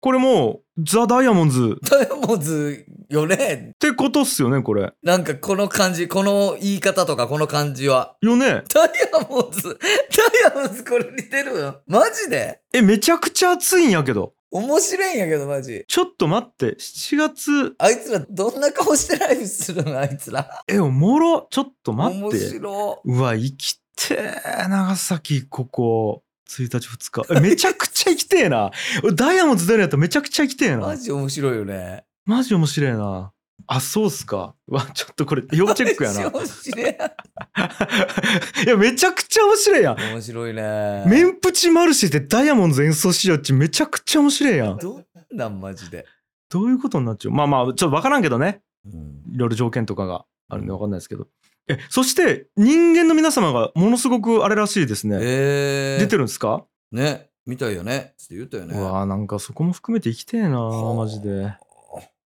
Speaker 1: これもうザ・ダイヤモンズっ
Speaker 2: ダイヤモンズよね。
Speaker 1: てことっすよねこれ
Speaker 2: なんかこの感じ、この言い方とかこの感じは。
Speaker 1: よね
Speaker 2: ダイヤモンズ、ダイヤモンズこれ似てるのマジで
Speaker 1: えめちゃくちゃ熱いんやけど
Speaker 2: 面白いんやけど、マジ。
Speaker 1: ちょっと待って7月
Speaker 2: あいつらどんな顔してライブするのあいつら。
Speaker 1: え、おもろ。ちょっと待っ
Speaker 2: 面
Speaker 1: て。
Speaker 2: 白
Speaker 1: うわ、生きてえ、長崎、ここ。1日2日。えめちゃくちゃ生きてえな。 ダイヤモンド出るやったらめちゃくちゃ生きてえ
Speaker 2: マ
Speaker 1: な。
Speaker 2: ジ面白いよね。
Speaker 1: マジ面白いな。あ、そうっすか。うわ、ちょっとこ れ、要チェックやな。
Speaker 2: マジ面白い。
Speaker 1: いや、めちゃくちゃ面白いやん。
Speaker 2: 面白いね。
Speaker 1: メンプチマルシェでダイヤモンド演奏しようっちめちゃくちゃ面白いやん。
Speaker 2: どんなんマジで。
Speaker 1: どういうことになっちゃうまあまあ、ちょっとわからんけどね。
Speaker 2: うん
Speaker 1: いろいろ条件とかがあるんでわかんないですけど。え、そして人間の皆様がものすごくあれらしいですね。
Speaker 2: えー、
Speaker 1: 出てるんですか
Speaker 2: ね。みたいよね。って言ったよね。
Speaker 1: うわーなんかそこも含めて生きてえな
Speaker 2: はあ
Speaker 1: マジで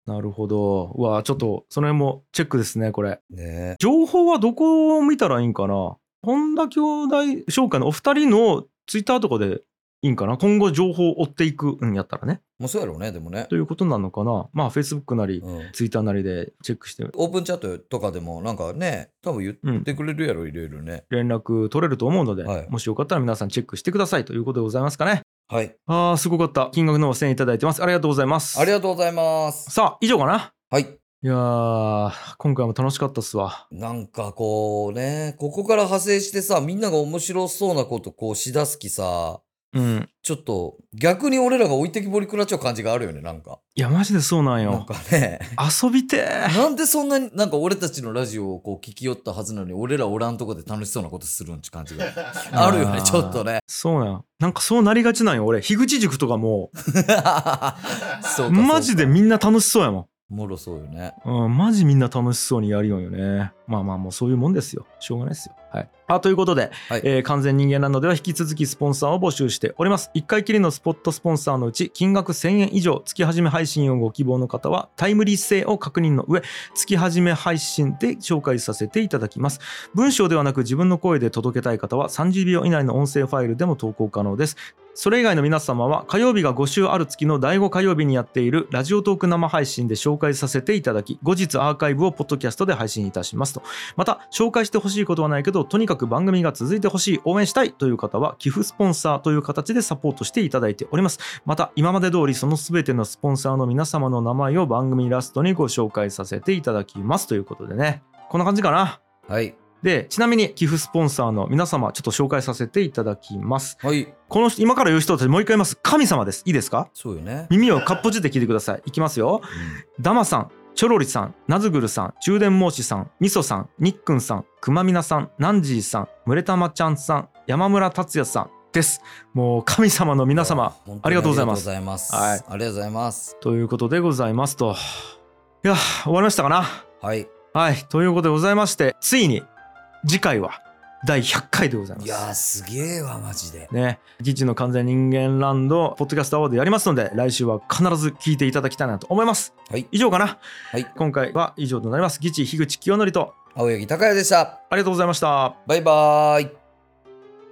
Speaker 1: なるほどうわーちょっとその辺もチェックですねこれ
Speaker 2: ね
Speaker 1: 情報はどこを見たらいいんかな本田兄弟紹介のお二人のツイッターとかでいいんかな今後情報を追っていくんやったらね
Speaker 2: もうそうやろうね、でもね
Speaker 1: と。いうことなのかなまあ Facebook なり
Speaker 2: うん
Speaker 1: ツイッターなりでチェックして
Speaker 2: オープンチャットとかでもなんかね、多分言ってくれるやろ、いろいろね。
Speaker 1: 連絡取れると思うので、
Speaker 2: はい
Speaker 1: もしよかったら皆さんチェックしてくださいということでございますかね
Speaker 2: はい。
Speaker 1: あーすごかった金額のお1000いただいてますありがとうございます
Speaker 2: ありがとうございます。
Speaker 1: さあ以上かな
Speaker 2: はい。
Speaker 1: いやー、今回も楽しかったっすわ。
Speaker 2: なんかこうね、ここから派生してさ、みんなが面白そうなことこうしだすきさ、
Speaker 1: うん。
Speaker 2: ちょっと逆に俺らが置いてきぼりくらっちゃう感じがあるよね、なんか。
Speaker 1: いや、マジでそうなん
Speaker 2: なん
Speaker 1: よ。
Speaker 2: かね。
Speaker 1: 遊びてー。
Speaker 2: なんでそんなになんか俺たちのラジオをこう聞き寄ったはずなのに俺らおらんとこで楽しそうなことするんち感 じがあるよね
Speaker 1: ー
Speaker 2: ちょっと ね
Speaker 1: そうなんよ。なんかそうなりがちなんよ、俺。樋口塾とかも、
Speaker 2: そうかそうか
Speaker 1: マジでみんな楽しそうやも
Speaker 2: もろそうよね
Speaker 1: ん。うん、マジみんな楽しそうにやるよんよね。まあまあ、もうそういうもんですよ。しょうがないですよ。はい。あ、ということで、
Speaker 2: はい
Speaker 1: えー完全人間なのでは引き続きスポンサーを募集しております。1回きりのスポットスポンサーのうち、金額1000円以上、月始め配信をご希望の方は、タイムリー性を確認の上、月始め配信で紹介させていただきます。文章ではなく自分の声で届けたい方は30秒以内の音声ファイルでも投稿可能です。それ以外の皆様は火曜日が5週ある月の第5火曜日にやっているラジオトーク生配信で紹介させていただき、後日アーカイブをポッドキャストで配信いたしますと。また、紹介してほしいことはないけど、とにかく番組が続いてほしい、応援したいという方は寄付スポンサーという形でサポートしていただいております。また今まで通りその全てのスポンサーの皆様の名前を番組ラストにご紹介させていただきますということでねこんな感じかな
Speaker 2: はい
Speaker 1: でちなみに寄付スポンサーの皆様ちょっと紹介させていただきます
Speaker 2: はい
Speaker 1: この人今から言う人たちもう一回言います神様ですいいですか
Speaker 2: そうよね、
Speaker 1: 耳をかっぽじって聞いてくださいいきますよダマさん、チョロリさん、ナズグルさん、中電申しさん、みそさん、にっくんさん、くまみなさん、ナンジーさん、むれたまちゃんさん、山村達也さんです。もう神様の皆様、
Speaker 2: うん
Speaker 1: ありがとうございます
Speaker 2: 本当にありがとうございます、
Speaker 1: はい
Speaker 2: ありがとうございます
Speaker 1: ということでございますと。いや、終わりましたかな。
Speaker 2: はい
Speaker 1: はい、ということでございまして、ついに次回は第100回でございま
Speaker 2: い
Speaker 1: す
Speaker 2: やーすげえわマジで
Speaker 1: ね、ギチの完全人間ランド、ポッドキャストアワードやりますので、来週は必ず聞いていただきたいなと思います。
Speaker 2: はい
Speaker 1: 以上かな。
Speaker 2: はい
Speaker 1: 今回は以上となります。ギチ、樋口清則と、
Speaker 2: 青柳高也でした
Speaker 1: ありがとうございました。
Speaker 2: バイバーイ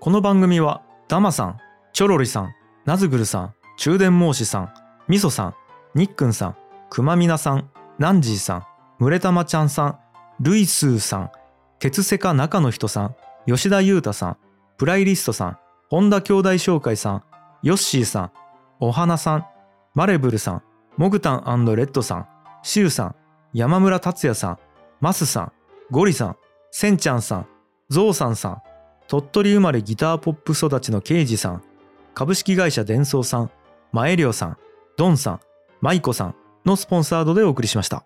Speaker 1: この番組は、ダマさん、チョロリさん、ナズグルさん、中電申しさん、ミソさん、ニックンさん、クマミナさん、ナンジーさん、ムレタマちゃんさん、ルイスーさん、鉄セカ中の人さん、吉田裕太さん、プライリストさん、本田兄弟紹介さん、ヨッシーさん、お花さん、マレブルさん、モグタンレッドさん、シュウさん、山村達也さん、マスさん、ゴリさん、センちゃんさん、ゾウさんさん、鳥取生まれギターポップ育ちの刑事さん、株式会社伝送さん、マエリョさん、ドンさん、マイコさんのスポンサードでお送りしました。